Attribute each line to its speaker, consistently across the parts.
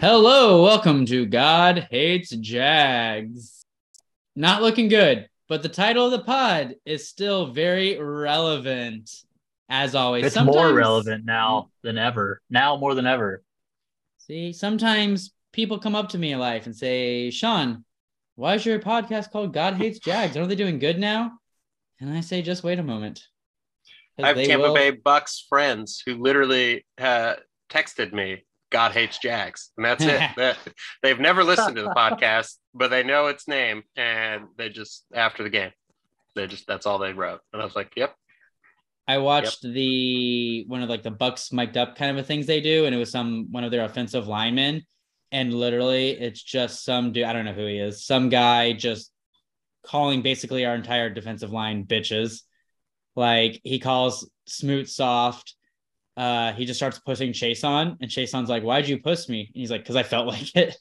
Speaker 1: Hello, welcome to God Hates Jags. Not looking good, but the title of the pod is still very relevant, as always.
Speaker 2: It's more
Speaker 1: Sometimes-
Speaker 2: relevant now than ever. Now more than ever.
Speaker 1: See, sometimes people come up to me in life and say, Sean, why is your podcast called God Hates Jags? Aren't they doing good now? And I say, just wait a moment. 'Cause
Speaker 3: I have
Speaker 1: they
Speaker 3: Tampa
Speaker 1: will-
Speaker 3: Bay Bucks friends who literally uh, texted me, "God hates Jags," and that's it. That- They've never listened to the podcast, but they know its name, and they just after the game, they just that's all they wrote. And I was like, "Yep,
Speaker 1: I watched the one of like the Bucks mic'd up kind of a things they do, and it was some one of their offensive linemen, and literally it's just some dude I don't know who he is, some guy just calling basically our entire defensive line bitches. Like he calls Smoot soft. Uh, he just starts pushing Chase on, and Chase on's like, "Why'd you push me?" And he's like, "Cause I felt like it."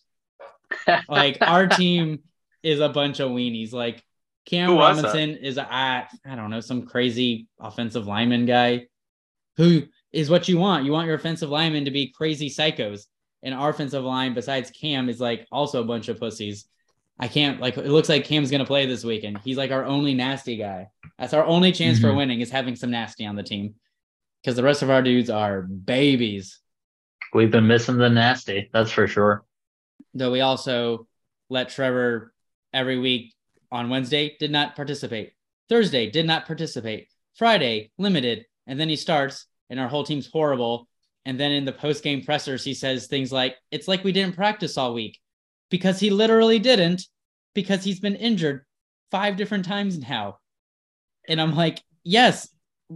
Speaker 1: like our team is a bunch of weenies. Like Cam
Speaker 3: Who was that?
Speaker 1: Robinson is a, I, I don't know, some crazy offensive lineman guy who is what you want. You want your offensive linemen to be crazy psychos. And our offensive line, besides Cam, is like also a bunch of pussies. I can't like it looks like Cam's gonna play this weekend. He's like our only nasty guy. That's our only chance for
Speaker 2: Mhm.
Speaker 1: winning is having some nasty on the team. Because the rest of our dudes are babies.
Speaker 2: We've been missing the nasty, that's for sure.
Speaker 1: though we also let Trevor every week on Wednesday did not participate. Thursday did not participate. Friday limited, and then he starts, and our whole team's horrible. And then in the post game pressers, he says things like, "It's like we didn't practice all week," because he literally didn't, because he's been injured five different times now. And I'm like, yes,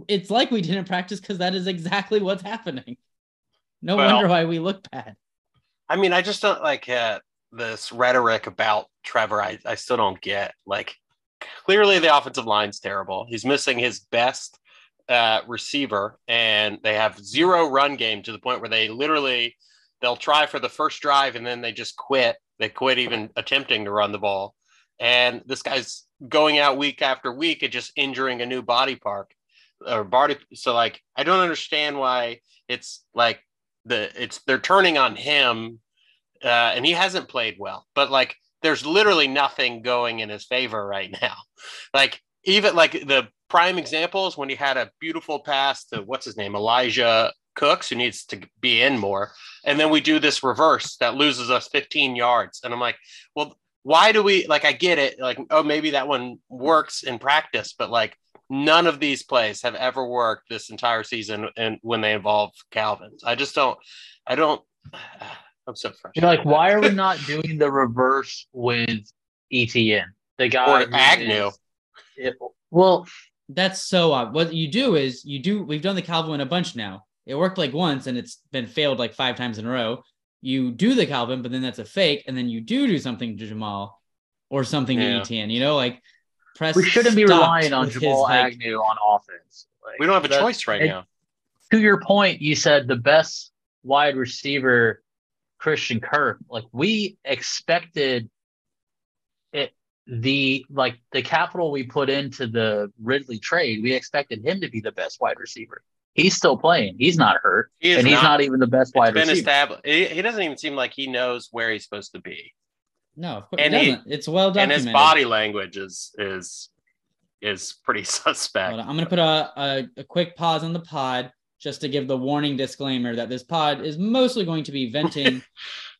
Speaker 1: it's like we didn't practice because that is exactly what's happening. No
Speaker 3: Well-
Speaker 1: wonder why we look bad.
Speaker 3: I mean, I just don't like uh, this rhetoric about Trevor. I, I still don't get. Like, clearly the offensive line's terrible. He's missing his best uh, receiver, and they have zero run game to the point where they literally they'll try for the first drive and then they just quit. They quit even attempting to run the ball. And this guy's going out week after week and just injuring a new body part or body. So like, I don't understand why it's like the it's they're turning on him uh, and he hasn't played well but like there's literally nothing going in his favor right now like even like the prime example is when he had a beautiful pass to what's his name elijah cooks who needs to be in more and then we do this reverse that loses us 15 yards and i'm like well why do we like i get it like oh maybe that one works in practice but like none of these plays have ever worked this entire season and when they involve calvin's i just don't i don't i'm so frustrated
Speaker 2: You're like, why are we not doing the reverse with ETN? The guy
Speaker 3: Or
Speaker 2: who
Speaker 3: Agnew.
Speaker 2: is- it- well,
Speaker 1: That's so odd. What you do is you do. We've done the Calvin a bunch now. It worked like once, and it's been failed like five times in a row. You do the Calvin, but then that's a fake, and then you do do something to Jamal or something
Speaker 3: Yeah.
Speaker 1: to Etienne. You know, like press.
Speaker 2: we shouldn't be
Speaker 1: stopped
Speaker 2: relying on
Speaker 1: with his,
Speaker 2: Jamal
Speaker 1: like-
Speaker 2: Agnew on offense. Like,
Speaker 3: we don't have a
Speaker 2: that-
Speaker 3: choice right
Speaker 2: it-
Speaker 3: now
Speaker 2: To your point, you said the best wide receiver, Christian Kirk. Like we expected it the like the capital we put into the Ridley trade, we expected him to be the best wide receiver. He's still playing. He's not hurt.
Speaker 3: he
Speaker 2: and he's not, even the best
Speaker 3: it's
Speaker 2: wide
Speaker 3: been
Speaker 2: receiver.
Speaker 3: established he, he doesn't even seem like he knows where he's supposed to be
Speaker 1: No, of course it
Speaker 3: And he-
Speaker 1: doesn't. it's well
Speaker 3: and
Speaker 1: documented.
Speaker 3: his body language is is is pretty suspect
Speaker 1: Hold on, I'm going to put a, a, a quick pause on the pod just to give the warning disclaimer that this pod is mostly going to be venting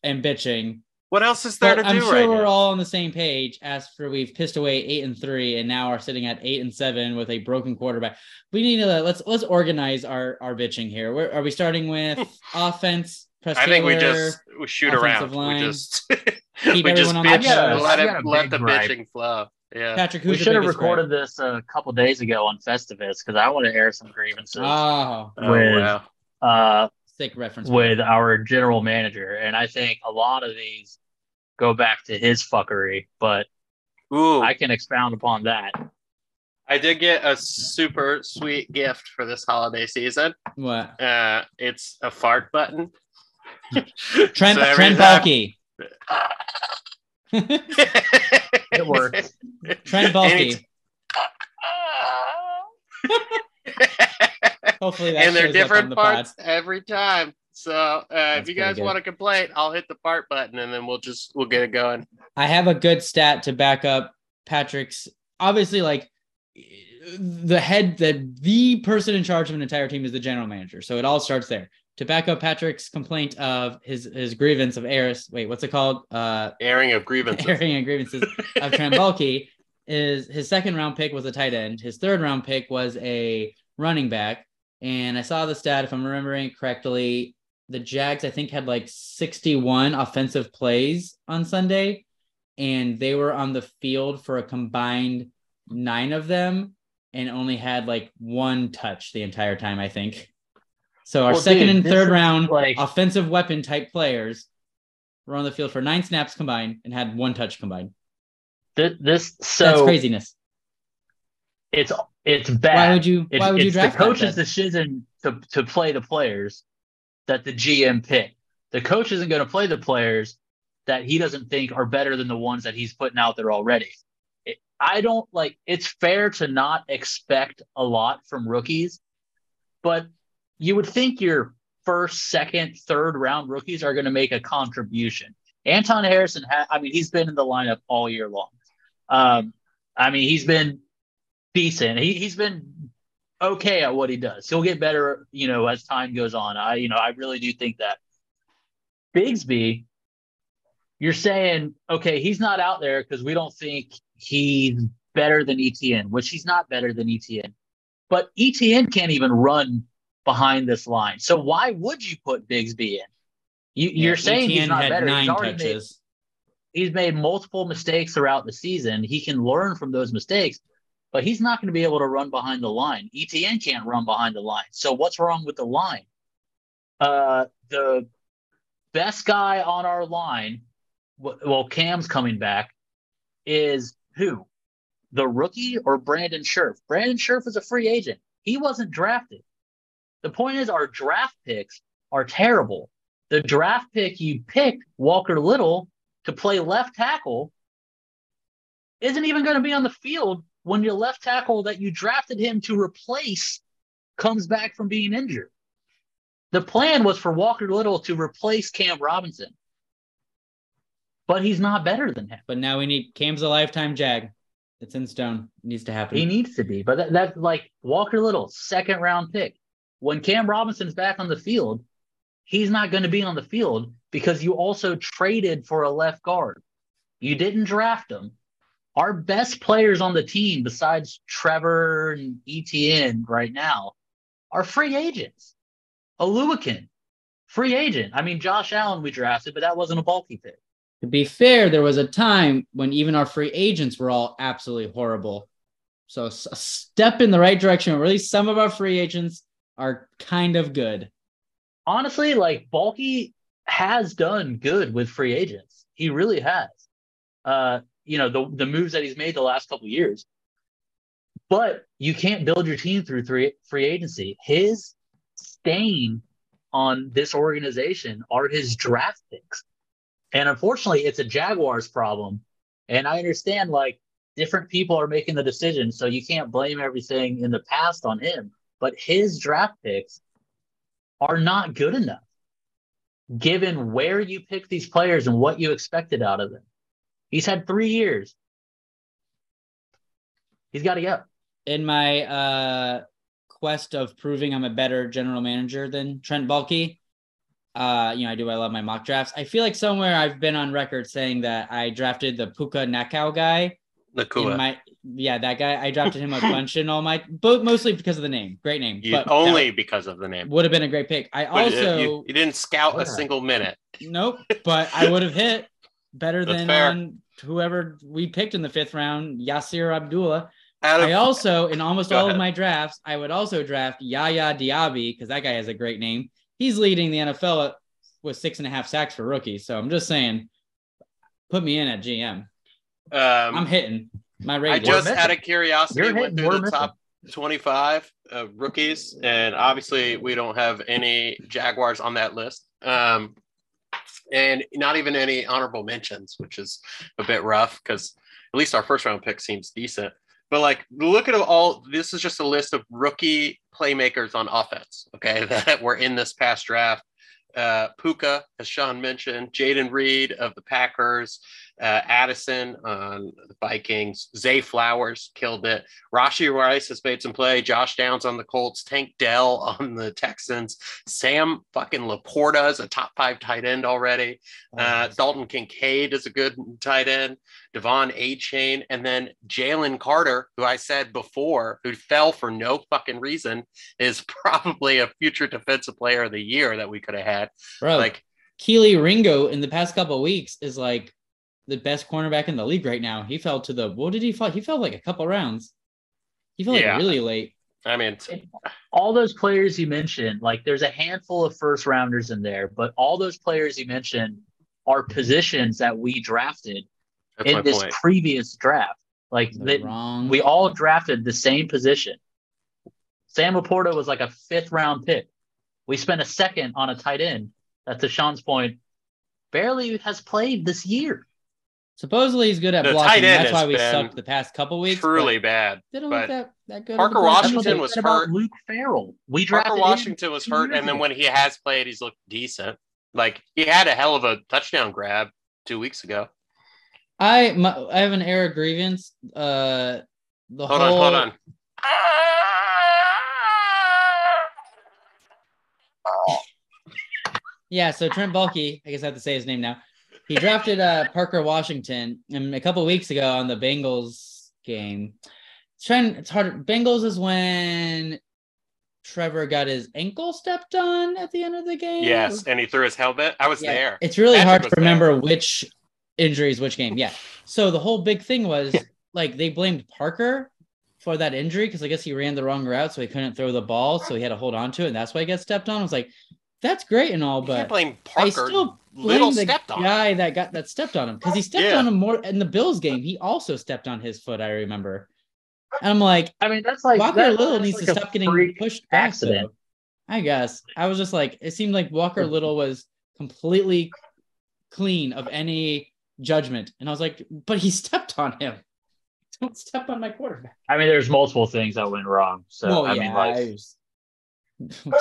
Speaker 1: and bitching
Speaker 3: what else is there
Speaker 1: But
Speaker 3: to
Speaker 1: I'm
Speaker 3: do
Speaker 1: sure
Speaker 3: right
Speaker 1: we're
Speaker 3: now
Speaker 1: all on the same page after we've pissed away eight and three and now are sitting at eight and seven with a broken quarterback. We need to let's let's organize our our bitching here. Where are we starting with offense? Press
Speaker 3: i think we
Speaker 1: Taylor?
Speaker 3: just we shoot
Speaker 1: offensive
Speaker 3: around
Speaker 1: line.
Speaker 3: we just
Speaker 1: Keep
Speaker 3: we just
Speaker 1: everyone on their
Speaker 3: bitch
Speaker 2: toes.
Speaker 3: let,
Speaker 2: I
Speaker 3: it,
Speaker 2: got a
Speaker 3: let
Speaker 2: big
Speaker 3: the
Speaker 2: gripe.
Speaker 3: bitching flow yeah
Speaker 1: Patrick. Who's
Speaker 2: We
Speaker 1: your
Speaker 2: should have
Speaker 1: biggest
Speaker 2: recorded this a couple days ago on Festivus because I want to air some grievances
Speaker 1: gripe? Oh,
Speaker 3: Oh,
Speaker 2: With-
Speaker 3: wow.
Speaker 2: uh,
Speaker 1: sick reference.
Speaker 2: with our general manager, and I think a lot of these go back to his fuckery. But
Speaker 3: Ooh,
Speaker 2: I can expound upon that.
Speaker 3: I did get a super sweet gift for this holiday season.
Speaker 1: what?
Speaker 3: Uh, it's a fart button.
Speaker 1: Trent
Speaker 3: So every
Speaker 1: Trent
Speaker 3: time-
Speaker 1: Baalke.
Speaker 2: It works.
Speaker 1: Trent
Speaker 3: And
Speaker 1: Baalke. Hopefully that
Speaker 3: and
Speaker 1: shows up on
Speaker 3: they're different
Speaker 1: the pod.
Speaker 3: parts every time. So uh, if
Speaker 1: pretty
Speaker 3: you guys
Speaker 1: good.
Speaker 3: want to complain, I'll hit the fart button and then we'll just we'll get it going.
Speaker 1: I have a good stat to back up Patrick's. Obviously, like the head, the the person in charge of an entire team is the general manager. So it all starts there. To back up Patrick's complaint of his his grievance of Eris, wait, what's it called? Uh,
Speaker 3: Airing of grievances.
Speaker 1: airing of grievances of Trambalki is his second round pick was a tight end. His third round pick was a running back. And I saw the stat, if I'm remembering it correctly, the Jags, I think, had like 61 offensive plays on Sunday, and they were on the field for a combined nine of them and only had like one touch the entire time, I think. So our
Speaker 2: Well,
Speaker 1: second
Speaker 2: dude,
Speaker 1: and
Speaker 2: this
Speaker 1: third
Speaker 2: is
Speaker 1: round
Speaker 2: like
Speaker 1: offensive weapon type players were on the field for nine snaps combined and had one touch combined.
Speaker 2: th- this.
Speaker 1: That's
Speaker 2: So
Speaker 1: craziness.
Speaker 2: it's it's
Speaker 1: Why
Speaker 2: bad.
Speaker 1: would you?
Speaker 2: It's,
Speaker 1: why would you
Speaker 2: it's
Speaker 1: draft
Speaker 2: the coach's
Speaker 1: that? then?
Speaker 2: decision to, to play the players that the GM picked. The coach isn't going to play the players that he doesn't think are better than the ones that he's putting out there already. It, I don't like it's fair to not expect a lot from rookies, but you would think your first, second, third round rookies are going to make a contribution. Anton Harrison, ha- I mean, he's been in the lineup all year long. Um, I mean, he's been decent. He he's been okay at what he does. He'll get better, you know, as time goes on. I you know I really do think that Bigsby, you're saying okay, he's not out there because we don't think he's better than ETN, which he's not better than ETN. But ETN can't even run behind this line. So why would you put Bigsby in? You,
Speaker 1: Yeah,
Speaker 2: you're saying he's
Speaker 1: ETN
Speaker 2: not
Speaker 1: had
Speaker 2: better.
Speaker 1: nine
Speaker 2: he's already made
Speaker 1: touches.
Speaker 2: he's made multiple mistakes throughout the season. He can learn from those mistakes, but he's not going to be able to run behind the line. ETN can't run behind the line. So what's wrong with the line? Uh, the best guy on our line, w- well, Cam's coming back, is who? The rookie or Brandon Scherf? Brandon Scherf is a free agent. He wasn't drafted. The point is, our draft picks are terrible. The draft pick you picked, Walker Little, to play left tackle isn't even going to be on the field when your left tackle that you drafted him to replace comes back from being injured. The plan was for Walker Little to replace Cam Robinson, but he's not better than him.
Speaker 1: But now we need Cam's a lifetime jag. It's in stone. It needs to happen.
Speaker 2: He needs to be, but that, that's like Walker Little, second round pick. When Cam Robinson's back on the field, he's not going to be on the field because you also traded for a left guard. You didn't draft him. Our best players on the team, besides Trevor and ETN right now, are free agents. Aluakin, free agent. I mean, Josh Allen we drafted, but that wasn't a bulky pick.
Speaker 1: to be fair, there was a time when even our free agents were all absolutely horrible. So s- a step in the right direction. Or at least some of our free agents are kind of good.
Speaker 2: honestly, like Balky has done good with free agents. He really has. Uh, you know, the the moves that he's made the last couple years. But you can't build your team through three, free agency. His stain on this organization are his draft picks. And unfortunately, it's a Jaguars problem. And I understand like different people are making the decision, so you can't blame everything in the past on him. But his draft picks are not good enough given where you pick these players and what you expected out of them. He's had three years. He's got to go.
Speaker 1: in my uh quest of proving I'm a better general manager than Trent Bulky, uh, you know, I do I love my mock drafts. I feel like somewhere I've been on record saying that I drafted the Puka Nakao guy.
Speaker 3: Nakua.
Speaker 1: In my yeah, that guy I drafted him a bunch in all my but mostly because of the name. Great name.
Speaker 3: You-
Speaker 1: but that
Speaker 3: only because of the name.
Speaker 1: would have been a great pick. I
Speaker 3: But you-
Speaker 1: also
Speaker 3: you, you didn't scout
Speaker 2: Yeah.
Speaker 3: a single minute.
Speaker 1: Nope, but I would have hit better
Speaker 3: That's
Speaker 1: than
Speaker 3: fair.
Speaker 1: on whoever we picked in the fifth round, Yasir Abdullah.
Speaker 3: Out of
Speaker 1: I also, in almost
Speaker 3: Go
Speaker 1: all
Speaker 3: ahead.
Speaker 1: of my drafts, I would also draft Yaya Diaby because that guy has a great name. He's leading the NFL at- with six and a half sacks for rookies. So I'm just saying, put me in at GM.
Speaker 3: um,
Speaker 1: I'm hitting my
Speaker 3: I
Speaker 1: rating.
Speaker 3: just
Speaker 2: missing.
Speaker 3: out of curiosity
Speaker 2: You're
Speaker 3: went
Speaker 2: hitting,
Speaker 3: through
Speaker 2: we're
Speaker 3: the
Speaker 2: missing.
Speaker 3: top 25 uh, rookies, and obviously we don't have any Jaguars on that list, um, and not even any honorable mentions, which is a bit rough because at least our first round pick seems decent. But like, look at all. This is just a list of rookie playmakers on offense. Okay, that were in this past draft. Uh, Puka, as Sean mentioned, Jaden Reed of the Packers, uh, Addison on the Vikings, Zay Flowers killed it. Rashi Rice has made some play. Josh Downs on the Colts, Tank Dell on the Texans, Sam fucking Laporta is a top five tight end already.
Speaker 2: Oh,
Speaker 3: Uh, Dalton Kincaid is a good tight end. Devon A. Chain, and then Jalen Carter, who I said before, who fell for no fucking reason, is probably a future defensive player of the year that we could have had.
Speaker 2: Oh.
Speaker 1: Bro,
Speaker 3: Like,
Speaker 1: Keely Ringo in the past couple of weeks is like the best cornerback in the league right now. He fell to the what did he fall? He fell like a couple rounds. He fell
Speaker 3: Yeah.
Speaker 1: like really late.
Speaker 3: I mean,
Speaker 2: all those players you mentioned, like there's a handful of first rounders in there, but all those players you mentioned are positions that we drafted
Speaker 3: that's my
Speaker 2: in this
Speaker 3: point.
Speaker 2: previous draft. Like
Speaker 1: The
Speaker 2: that,
Speaker 1: wrong.
Speaker 2: we all drafted the same position. Sam Laporta was like a fifth round pick. We spent a second on a tight end that, to Sean's point, barely has played this year.
Speaker 1: supposedly he's good at
Speaker 3: The
Speaker 1: blocking.
Speaker 3: tight end
Speaker 1: That's why
Speaker 3: has
Speaker 1: we
Speaker 3: been
Speaker 1: sucked the past couple weeks. but
Speaker 3: Truly bad.
Speaker 1: they don't
Speaker 3: but
Speaker 1: look that, that good.
Speaker 3: Parker
Speaker 1: at the basketball.
Speaker 2: That's what
Speaker 3: Washington
Speaker 2: they
Speaker 3: was
Speaker 2: said about
Speaker 3: hurt.
Speaker 2: Luke Farrell. We drafted
Speaker 3: Parker
Speaker 2: him.
Speaker 3: Washington was
Speaker 2: two
Speaker 3: hurt,
Speaker 2: years
Speaker 3: and then
Speaker 2: ago.
Speaker 3: when he has played, he's looked decent. Like he had a hell of a touchdown grab two weeks ago.
Speaker 1: I my, I have an error grievance. Uh, the
Speaker 3: Hold
Speaker 1: whole
Speaker 3: on, hold on.
Speaker 1: Yeah, so Trent Baalke, I guess I have to say his name now. He drafted uh, Parker Washington, and a couple weeks ago on the Bengals game, Trent. It's hard. Bengals is when Trevor got his ankle stepped on at the end of the game.
Speaker 3: Yes, and he threw his helmet. I was
Speaker 1: Oh. Yeah,
Speaker 3: there.
Speaker 1: It's really
Speaker 3: Patrick
Speaker 1: hard to
Speaker 3: was there.
Speaker 1: remember which injuries, which game. Yeah. So the whole big thing was like they blamed Parker for that injury because I guess he ran the wrong route, so he couldn't throw the ball, so he had to hold on to it, and that's why he got stepped on. I was like, that's great and all,
Speaker 3: You can't
Speaker 1: but
Speaker 3: blame
Speaker 1: I
Speaker 3: Parker.
Speaker 1: still
Speaker 3: Little
Speaker 1: blame the
Speaker 3: stepped on.
Speaker 1: guy that got that stepped on him because he stepped
Speaker 3: Yeah.
Speaker 1: on him more in the Bills game. He also stepped on his foot. I remember, and I'm like,
Speaker 2: I mean, that's like
Speaker 1: Walker
Speaker 2: that-
Speaker 1: Little
Speaker 2: that's
Speaker 1: needs
Speaker 2: like
Speaker 1: to
Speaker 2: a
Speaker 1: stop getting
Speaker 2: freak
Speaker 1: pushed back.
Speaker 2: accident.
Speaker 1: though. I guess I was just like, it seemed like Walker Little was completely clean of any judgment, and I was like, but he stepped on him. Don't step on my quarterback.
Speaker 2: I mean, there's multiple things that went wrong. So
Speaker 1: well,
Speaker 2: I
Speaker 1: yeah,
Speaker 2: mean, like,
Speaker 1: I was-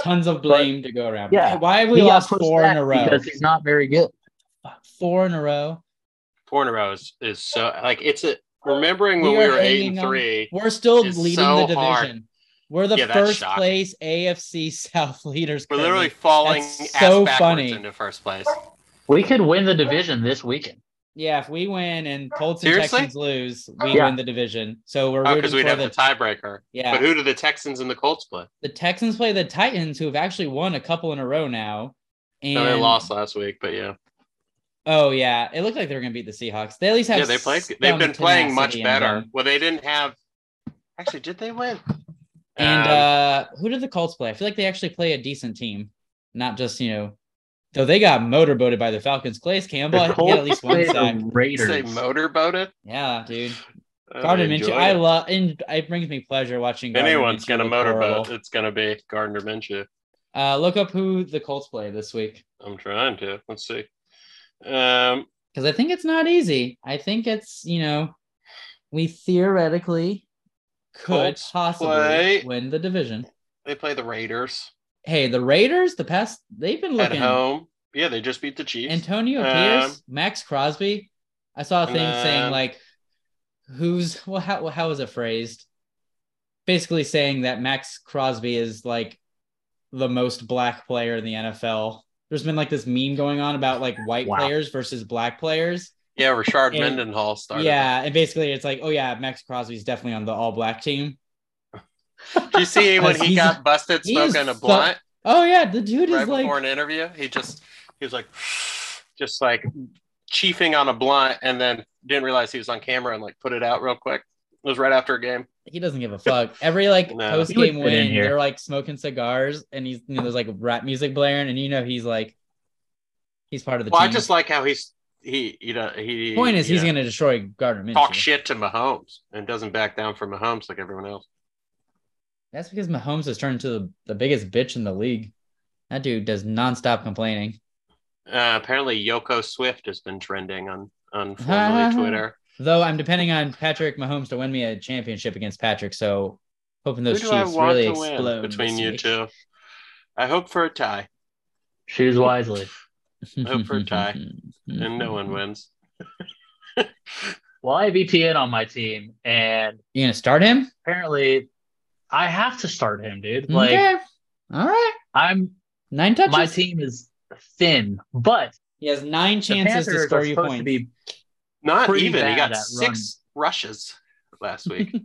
Speaker 1: tons of blame to go around.
Speaker 2: yeah,
Speaker 1: why have
Speaker 2: he
Speaker 1: we
Speaker 2: got
Speaker 1: lost
Speaker 2: pushed
Speaker 1: four in
Speaker 2: back
Speaker 1: a row?
Speaker 2: because he's not very good.
Speaker 1: Fuck, Four in a row.
Speaker 3: Four in a row is, is so like it's a remembering when
Speaker 1: We
Speaker 3: we
Speaker 1: are
Speaker 3: were eight
Speaker 1: hanging
Speaker 3: and
Speaker 1: on.
Speaker 3: three.
Speaker 1: We're still
Speaker 3: It's
Speaker 1: leading
Speaker 3: so
Speaker 1: the division.
Speaker 3: hard.
Speaker 1: We're the
Speaker 3: Yeah, that's
Speaker 1: first
Speaker 3: shocking.
Speaker 1: place AFC South leaders.
Speaker 3: We're
Speaker 1: currently.
Speaker 3: literally falling
Speaker 1: That's
Speaker 3: ass
Speaker 1: so
Speaker 3: backwards
Speaker 1: funny.
Speaker 3: into first place. Oh,
Speaker 2: We could win the division this weekend.
Speaker 1: yeah. If we win and Colts and
Speaker 3: Seriously?
Speaker 1: Texans lose, we
Speaker 2: Yeah.
Speaker 1: win the division. So we're
Speaker 3: Oh,
Speaker 1: rooting
Speaker 3: because we'd
Speaker 1: for
Speaker 3: have
Speaker 1: the,
Speaker 3: the tiebreaker.
Speaker 1: yeah.
Speaker 3: But who do the Texans and the Colts play?
Speaker 1: the Texans play the Titans, who have actually won a couple in a row now. And
Speaker 3: No, they lost last week, but yeah,
Speaker 1: Oh yeah, it looked like they were going to beat the Seahawks. They at least have
Speaker 3: yeah, they played. They've
Speaker 1: some
Speaker 3: been playing
Speaker 1: tenacity
Speaker 3: much
Speaker 1: in
Speaker 3: better.
Speaker 1: them.
Speaker 3: Well, they didn't have. Actually, did they win?
Speaker 1: And
Speaker 3: Um,
Speaker 1: uh who did the Colts play? I feel like they actually play a decent team, not just you know. Though they got motorboated by the Falcons. Clay's Campbell, I
Speaker 2: The
Speaker 1: think he had at
Speaker 2: Colts
Speaker 1: least one
Speaker 2: play the
Speaker 1: sack.
Speaker 3: Did they
Speaker 2: Raiders.
Speaker 3: motorboated.
Speaker 1: Yeah, dude.
Speaker 3: Oh,
Speaker 1: Gardner
Speaker 3: they
Speaker 1: Minshew.
Speaker 3: enjoyed
Speaker 1: I
Speaker 3: it.
Speaker 1: love and it brings me pleasure watching.
Speaker 3: If
Speaker 1: Gardner
Speaker 3: Anyone's
Speaker 1: Minshew
Speaker 3: gonna
Speaker 1: look
Speaker 3: motorboat.
Speaker 1: horrible.
Speaker 3: It's gonna be Gardner Minshew.
Speaker 1: Uh, look up who the Colts play this week
Speaker 3: I'm trying to. Let's see. Um,
Speaker 1: because I think it's not easy. I think it's you know we theoretically could
Speaker 3: Colts
Speaker 1: possibly
Speaker 3: play-
Speaker 1: win the division.
Speaker 3: they play the Raiders
Speaker 1: Hey, the Raiders, the past they've been
Speaker 3: at
Speaker 1: looking.
Speaker 3: home. Yeah, they just beat the Chiefs.
Speaker 1: Antonio
Speaker 3: Um,
Speaker 1: Pierce, Max Crosby. I saw a thing saying
Speaker 3: um,
Speaker 1: like, "Who's well? How how was it phrased?" Basically saying that Max Crosby is like the most black player in the NFL. There's been like this meme going on about like white
Speaker 2: Wow.
Speaker 1: players versus black players.
Speaker 3: yeah, Richard
Speaker 1: and-
Speaker 3: Mendenhall started.
Speaker 1: Yeah, and basically it's like, oh yeah, Max Crosby's definitely on the all black team.
Speaker 3: Did you see when
Speaker 1: Because
Speaker 3: he
Speaker 1: he's-
Speaker 3: got busted
Speaker 1: he is
Speaker 3: smoking a
Speaker 1: fu-
Speaker 3: blunt
Speaker 1: Oh yeah, the dude
Speaker 3: right
Speaker 1: is
Speaker 3: before
Speaker 1: like
Speaker 3: an interview? He just he was like, just like chiefing on a blunt, and then didn't realize he was on camera and like put it out real quick. It was right after a game.
Speaker 1: he doesn't give a fuck. Every like
Speaker 3: No.
Speaker 1: post
Speaker 2: He would
Speaker 1: game
Speaker 2: fit in
Speaker 1: win,
Speaker 2: here.
Speaker 1: they're like smoking cigars, and he's you know there's like rap music blaring, and you know he's like he's part of the
Speaker 3: Well, I
Speaker 1: team.
Speaker 3: just like how he's he you know he.
Speaker 1: point is
Speaker 3: you
Speaker 1: he's
Speaker 3: know,
Speaker 1: gonna destroy Gardner Minshew.
Speaker 3: talk shit to Mahomes and doesn't back down from Mahomes like everyone else.
Speaker 1: That's because Mahomes has turned into the, the biggest bitch in the league. That dude does nonstop complaining.
Speaker 3: Uh, apparently, Yoko Swift has been trending on on formerly Twitter.
Speaker 1: Though I'm depending on Patrick Mahomes to win me a championship against Patrick, so hoping those
Speaker 3: Who do I
Speaker 1: Chiefs
Speaker 3: want
Speaker 1: really
Speaker 3: to
Speaker 1: explode
Speaker 3: win between
Speaker 1: this
Speaker 3: you
Speaker 1: week.
Speaker 3: two? I hope for a tie.
Speaker 2: Choose wisely.
Speaker 3: Hope
Speaker 2: Mm-hmm,
Speaker 3: for a tie. and
Speaker 1: Mm-hmm.
Speaker 3: no one wins.
Speaker 2: Well, I have ETN on my team, and
Speaker 1: You gonna start him?
Speaker 2: apparently, I have to start him, dude. Like
Speaker 1: okay. All right.
Speaker 2: I'm,
Speaker 1: Nine touches.
Speaker 2: my team is thin, but
Speaker 1: He has nine
Speaker 2: the
Speaker 1: chances to
Speaker 2: Panthers
Speaker 1: score
Speaker 2: are
Speaker 1: you
Speaker 2: supposed
Speaker 1: points.
Speaker 2: to be
Speaker 3: Not
Speaker 2: Pretty
Speaker 3: even. He
Speaker 2: bad
Speaker 3: got
Speaker 2: at
Speaker 3: six rushes last week.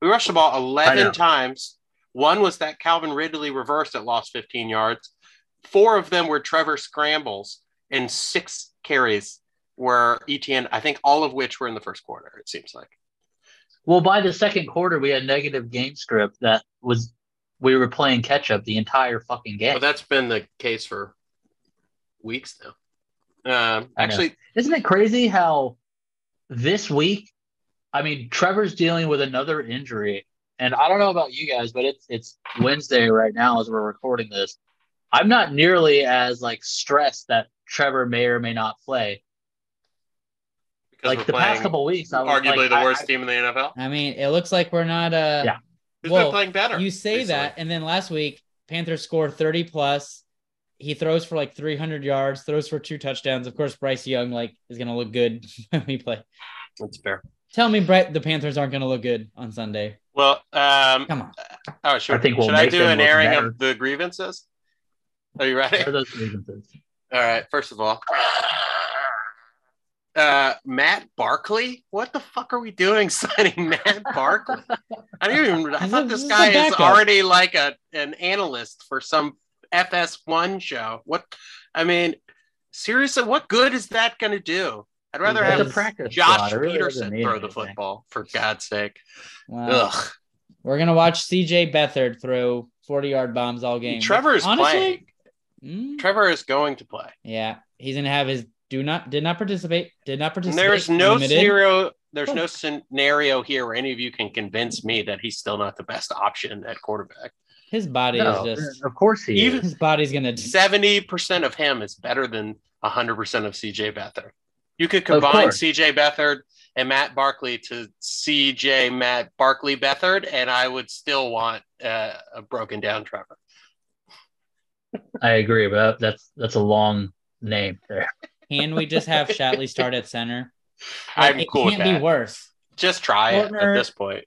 Speaker 3: we rushed the ball
Speaker 2: I
Speaker 3: 11
Speaker 2: know.
Speaker 3: times. One was that Calvin Ridley reverse that lost 15 yards. Four of them were Trevor scrambles, and six carries were ETN, I think all of which were in the first quarter, it seems like.
Speaker 2: Well, by the second quarter, we had negative game script that was we were playing catch up the entire fucking game.
Speaker 3: Well, that's been the case for weeks now. Um,
Speaker 2: I know.
Speaker 3: actually,
Speaker 2: Isn't it crazy how this week? I mean, Trevor's dealing with another injury, and I don't know about you guys, but it's it's Wednesday right now as we're recording this. I'm not nearly as like stressed that Trevor may or may not play.
Speaker 3: because
Speaker 2: Like
Speaker 3: we're
Speaker 2: the
Speaker 3: playing
Speaker 2: past couple weeks, I was
Speaker 3: arguably
Speaker 2: like,
Speaker 3: the
Speaker 2: I-
Speaker 3: worst
Speaker 2: I-
Speaker 3: team in the NFL.
Speaker 1: I mean, it looks like we're not. Uh,
Speaker 2: Yeah.
Speaker 3: Who's
Speaker 1: Well,
Speaker 3: been playing better?
Speaker 1: you say
Speaker 3: recently?
Speaker 1: that, and then last week Panthers score thirty plus. He throws for like three hundred yards, throws for two touchdowns. Of course, Bryce Young like is gonna look good when we play.
Speaker 3: That's fair.
Speaker 1: Tell me, Brett, the Panthers aren't gonna look good on Sunday.
Speaker 3: Well, um,
Speaker 1: Come on.
Speaker 3: Oh, should,
Speaker 2: I think we'll
Speaker 3: should I
Speaker 2: make
Speaker 3: do
Speaker 2: them
Speaker 3: an
Speaker 2: look
Speaker 3: airing
Speaker 2: better.
Speaker 3: of the grievances? Are you ready?
Speaker 2: What are those reasons?
Speaker 3: All right. First of all, uh, Matt Barkley. What the fuck are we doing signing Matt Barkley? I don't even. I
Speaker 1: He's a-
Speaker 3: thought this
Speaker 1: he's a
Speaker 3: guy is
Speaker 1: backup.
Speaker 3: already like a an analyst for some FS1 show. What? I mean, seriously, what good is that going to do? I'd rather
Speaker 1: It's
Speaker 3: have
Speaker 1: a
Speaker 2: practice
Speaker 3: Josh
Speaker 2: squad. It really doesn't
Speaker 3: Peterson
Speaker 2: mean
Speaker 3: throw the
Speaker 2: anything.
Speaker 3: football for God's sake.
Speaker 1: Wow.
Speaker 3: Ugh.
Speaker 1: We're gonna watch CJ Beathard throw forty yard bombs all game.
Speaker 3: Trevor is
Speaker 1: honestly.
Speaker 3: playing.
Speaker 1: mm,
Speaker 3: Trevor is going to play.
Speaker 1: yeah, he's gonna have his do not did not participate did not
Speaker 3: And
Speaker 1: participate.
Speaker 3: There's no
Speaker 1: limited.
Speaker 3: scenario. There's no scenario here where any of you can convince me that he's still not the best option at quarterback.
Speaker 1: His body
Speaker 2: No,
Speaker 1: is just
Speaker 2: of course he
Speaker 3: Even-
Speaker 2: is.
Speaker 1: his body's gonna.
Speaker 3: Seventy percent of him is better than hundred percent of CJ Beathard. You could combine
Speaker 2: course.
Speaker 3: CJ Beathard and Matt Barkley to CJ Matt Barkley Beathard, and I would still want uh, a broken down Trevor.
Speaker 2: I agree, but that's that's a long name there.
Speaker 1: Can we just have Shatley start at center? Like,
Speaker 3: I'm
Speaker 1: it
Speaker 3: cool with
Speaker 1: can't
Speaker 3: that.
Speaker 1: be worse.
Speaker 3: Just try it at
Speaker 1: Corner.
Speaker 3: this point.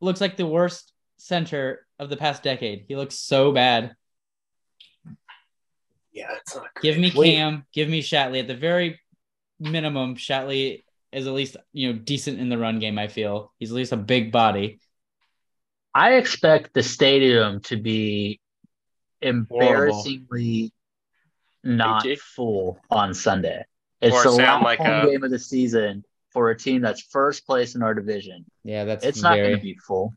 Speaker 1: Looks like the worst center of the past decade. He looks so bad.
Speaker 3: Yeah, it's not. Great.
Speaker 1: Give me
Speaker 2: Wait.
Speaker 1: Cam. Give me Shatley. At the very minimum, Shatley is at least you know decent in the run game. I feel he's at least a big body.
Speaker 2: I expect the stadium to be embarrassingly not
Speaker 3: AJ?
Speaker 2: full on Sunday. It's
Speaker 3: Or
Speaker 2: the
Speaker 3: sound
Speaker 2: last
Speaker 3: like
Speaker 2: home
Speaker 3: a-
Speaker 2: game of the season for a team that's first place in our division.
Speaker 1: Yeah, that's
Speaker 2: It's not
Speaker 1: very.
Speaker 2: going to be full,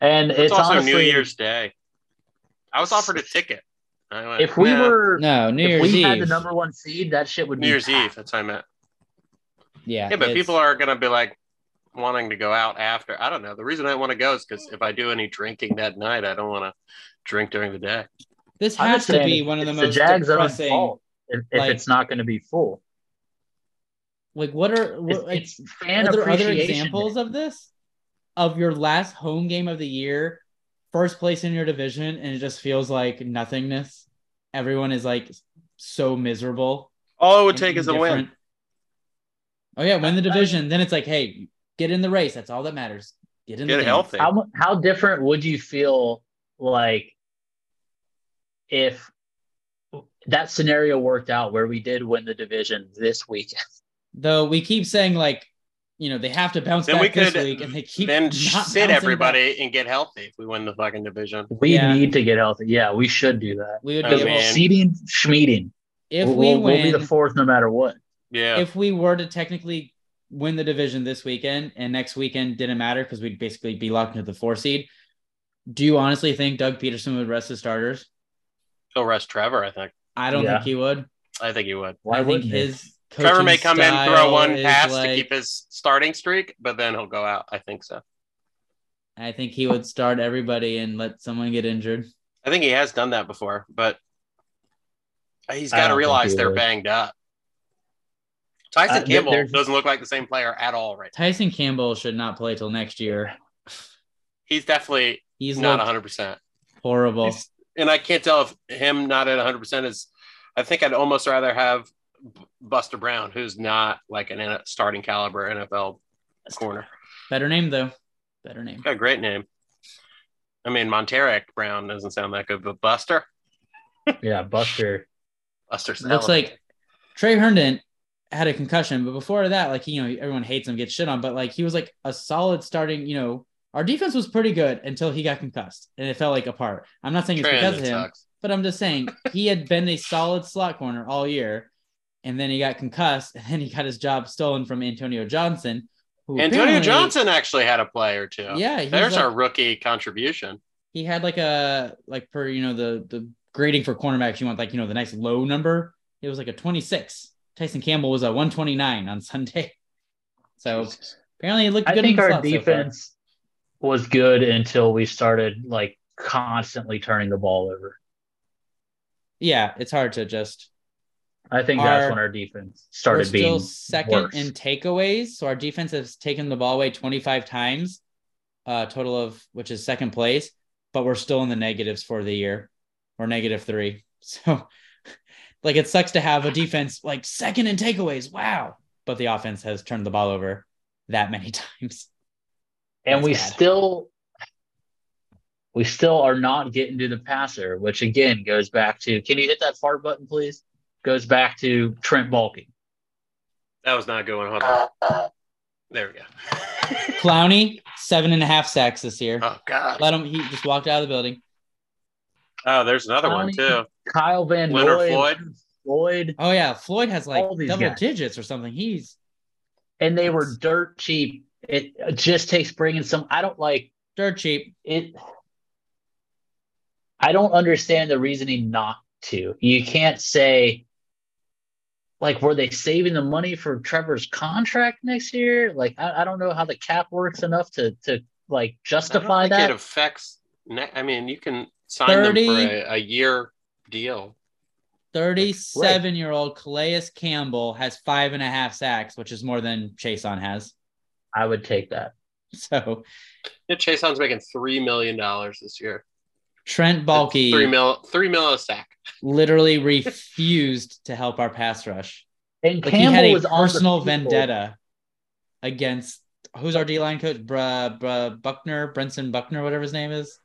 Speaker 2: and it's,
Speaker 3: It's, also
Speaker 2: honestly,
Speaker 3: New Year's Day. I was offered a ticket. I went,
Speaker 2: If we
Speaker 3: "Nah,
Speaker 2: were,
Speaker 1: no, New
Speaker 2: if
Speaker 1: Year's
Speaker 2: we
Speaker 1: Eve.
Speaker 2: had the number one seed, that shit would be
Speaker 3: New Year's
Speaker 2: packed.
Speaker 3: Eve, that's what I meant.
Speaker 1: yeah,
Speaker 3: Yeah, but
Speaker 1: it's-
Speaker 3: people are gonna be like wanting to go out after. I don't know. The reason I want to go is because if I do any drinking that night, I don't want to drink during the day.
Speaker 1: This
Speaker 2: I'm
Speaker 1: has
Speaker 2: just
Speaker 1: to
Speaker 2: saying
Speaker 1: be
Speaker 2: it's-
Speaker 1: one of the
Speaker 2: it's
Speaker 1: most
Speaker 2: Jags' own
Speaker 1: depressing.
Speaker 2: fault if, if
Speaker 1: like-
Speaker 2: it's not going to be full.
Speaker 1: Like, what are
Speaker 2: It's,
Speaker 1: what, like,
Speaker 2: it's fan
Speaker 1: are there other
Speaker 2: appreciation Day.
Speaker 1: examples of this? Of your last home game of the year, first place in your division, and it just feels like nothingness. Everyone is like so miserable.
Speaker 3: All it would
Speaker 1: and
Speaker 3: take is a win.
Speaker 1: indifferent. Oh yeah, win the division. Then it's like, hey, get in the race. That's all that matters. Get in the
Speaker 3: Get
Speaker 1: game.
Speaker 3: healthy.
Speaker 2: how mu- how different would you feel like if that scenario worked out where we did win the division this weekend?
Speaker 1: Though we keep saying like, you know, they have to bounce
Speaker 3: Then we
Speaker 1: back this
Speaker 3: could
Speaker 1: week, and they keep
Speaker 3: Then
Speaker 1: not
Speaker 3: sit
Speaker 1: bouncing back.
Speaker 3: everybody and get healthy if we win the fucking division.
Speaker 2: We
Speaker 1: Yeah.
Speaker 2: need to get healthy. Yeah, we should do that.
Speaker 1: We would
Speaker 3: Oh,
Speaker 1: be
Speaker 2: Because
Speaker 1: able,
Speaker 3: man.
Speaker 2: seeding, schmeeding.
Speaker 1: if
Speaker 2: we'll,
Speaker 1: we
Speaker 2: we'll-
Speaker 1: win.
Speaker 2: we'll be the fourth no matter what.
Speaker 3: Yeah.
Speaker 1: if we were to technically win the division this weekend and next weekend didn't matter because we'd basically be locked into the four seed, do you honestly think Doug Peterson would rest his starters?
Speaker 3: He'll rest Trevor, I think.
Speaker 1: I don't
Speaker 2: Yeah.
Speaker 1: think he would.
Speaker 3: I think he would.
Speaker 2: Why
Speaker 1: I
Speaker 2: wouldn't
Speaker 1: think
Speaker 2: his,
Speaker 1: his
Speaker 3: Trevor may
Speaker 1: coaching
Speaker 3: come in, throw
Speaker 1: style
Speaker 3: one
Speaker 1: is
Speaker 3: pass to
Speaker 1: like-
Speaker 3: keep his starting streak, but then he'll go out. I think so.
Speaker 1: I think he would start everybody and let someone get injured.
Speaker 3: I think he has done that before, but he's
Speaker 2: I
Speaker 3: got
Speaker 2: don't
Speaker 3: to
Speaker 2: think
Speaker 3: realize
Speaker 2: he
Speaker 3: they're
Speaker 2: would.
Speaker 3: banged up.
Speaker 2: Uh,
Speaker 3: Tyson
Speaker 2: there-
Speaker 3: Campbell
Speaker 2: there's-
Speaker 3: doesn't look like the same player at all right now.
Speaker 1: Tyson Campbell should not play till next year.
Speaker 3: He's definitely
Speaker 1: He's
Speaker 3: not
Speaker 1: looked
Speaker 3: 100%.
Speaker 1: horrible.
Speaker 3: He's, and I can't tell if him not at 100 percent is. I think I'd almost rather have B- Buster Brown, who's not like an N- starting caliber NFL corner.
Speaker 1: Better name though. Better name.
Speaker 3: Got a great name. I mean, Monteric Brown doesn't sound that good, but Buster,
Speaker 2: Yeah, Buster.
Speaker 3: Buster's the
Speaker 1: Looks
Speaker 3: hell of a
Speaker 1: like Trey Herndon had a concussion, but before that, like you know, everyone hates him, gets shit on, but like he was like a solid starting. You know, our defense was pretty good until he got concussed, and it fell like apart. I'm not saying it's
Speaker 3: Trey
Speaker 1: because of
Speaker 3: Hendon
Speaker 1: him,
Speaker 3: sucks.
Speaker 1: but I'm just saying he had been a solid slot corner all year, and then he got concussed, and then he got his job stolen from Antonio Johnson. Who
Speaker 3: Antonio
Speaker 1: apparently-
Speaker 3: Johnson actually had a play or two.
Speaker 1: Yeah, he's
Speaker 3: There's
Speaker 1: like-
Speaker 3: our rookie contribution.
Speaker 1: he had like a like per you know the the grading for cornerbacks you want like you know the nice low number it was like a 26 tyson campbell was a 129 on sunday so apparently it looked good
Speaker 2: I think
Speaker 1: in the
Speaker 2: our
Speaker 1: slot so far.
Speaker 2: defense was good until we started like constantly turning the ball over.
Speaker 1: yeah it's hard to just
Speaker 2: I think that's
Speaker 1: Our-
Speaker 2: when our defense
Speaker 1: we're
Speaker 2: started
Speaker 1: still
Speaker 2: being
Speaker 1: second
Speaker 2: worse.
Speaker 1: in takeaways so our defense has taken the ball away 25 times uh total of which is second place but we're still in the negatives for the year or negative three so like it sucks to have a defense like second in takeaways wow but the offense has turned the ball over that many times
Speaker 2: and
Speaker 1: That's
Speaker 2: we
Speaker 1: bad.
Speaker 2: still we still are not getting to the passer, which again goes back to can you hit that fart button, please? Goes back to Trent Balky.
Speaker 3: That was not going. Hold on. There we go.
Speaker 1: clowney seven and a half sacks this year
Speaker 2: Uh,
Speaker 3: oh God.
Speaker 1: let him he just walked out of the building
Speaker 3: Oh, there's another one too.
Speaker 2: Clowney. Kyle Van
Speaker 3: Leonard
Speaker 2: Noy,
Speaker 3: Floyd.
Speaker 2: Floyd,
Speaker 1: oh yeah floyd has like
Speaker 2: All these
Speaker 1: double
Speaker 2: guys.
Speaker 1: digits or something he's
Speaker 2: and they were dirt cheap. It just takes bringing some. I don't like
Speaker 1: dirt cheap
Speaker 2: it i don't understand the reasoning not to you can't say like were they saving the money for trevor's contract next year like i, I don't know how the cap works enough to to like
Speaker 3: I don't
Speaker 2: justify
Speaker 3: think
Speaker 2: that
Speaker 3: it affects. ne- I mean, you can sign them
Speaker 1: 30.
Speaker 3: for a, a year deal.
Speaker 1: 37 year old Calais Campbell has five and a half sacks, which is more than Chase on has.
Speaker 2: i would take that
Speaker 1: So
Speaker 3: Yeah, Chase Hunt's making three million dollars this year.
Speaker 1: Trent Balky
Speaker 3: Three mil. Three mil a sack.
Speaker 1: literally refused to help our pass rush.
Speaker 2: and
Speaker 1: Like
Speaker 2: campbell
Speaker 1: he had
Speaker 2: was
Speaker 1: a
Speaker 2: on the
Speaker 1: personal
Speaker 2: field.
Speaker 1: vendetta against who's our D line coach? Bruh, bruh, Buckner, Brenson Buckner, whatever his name is.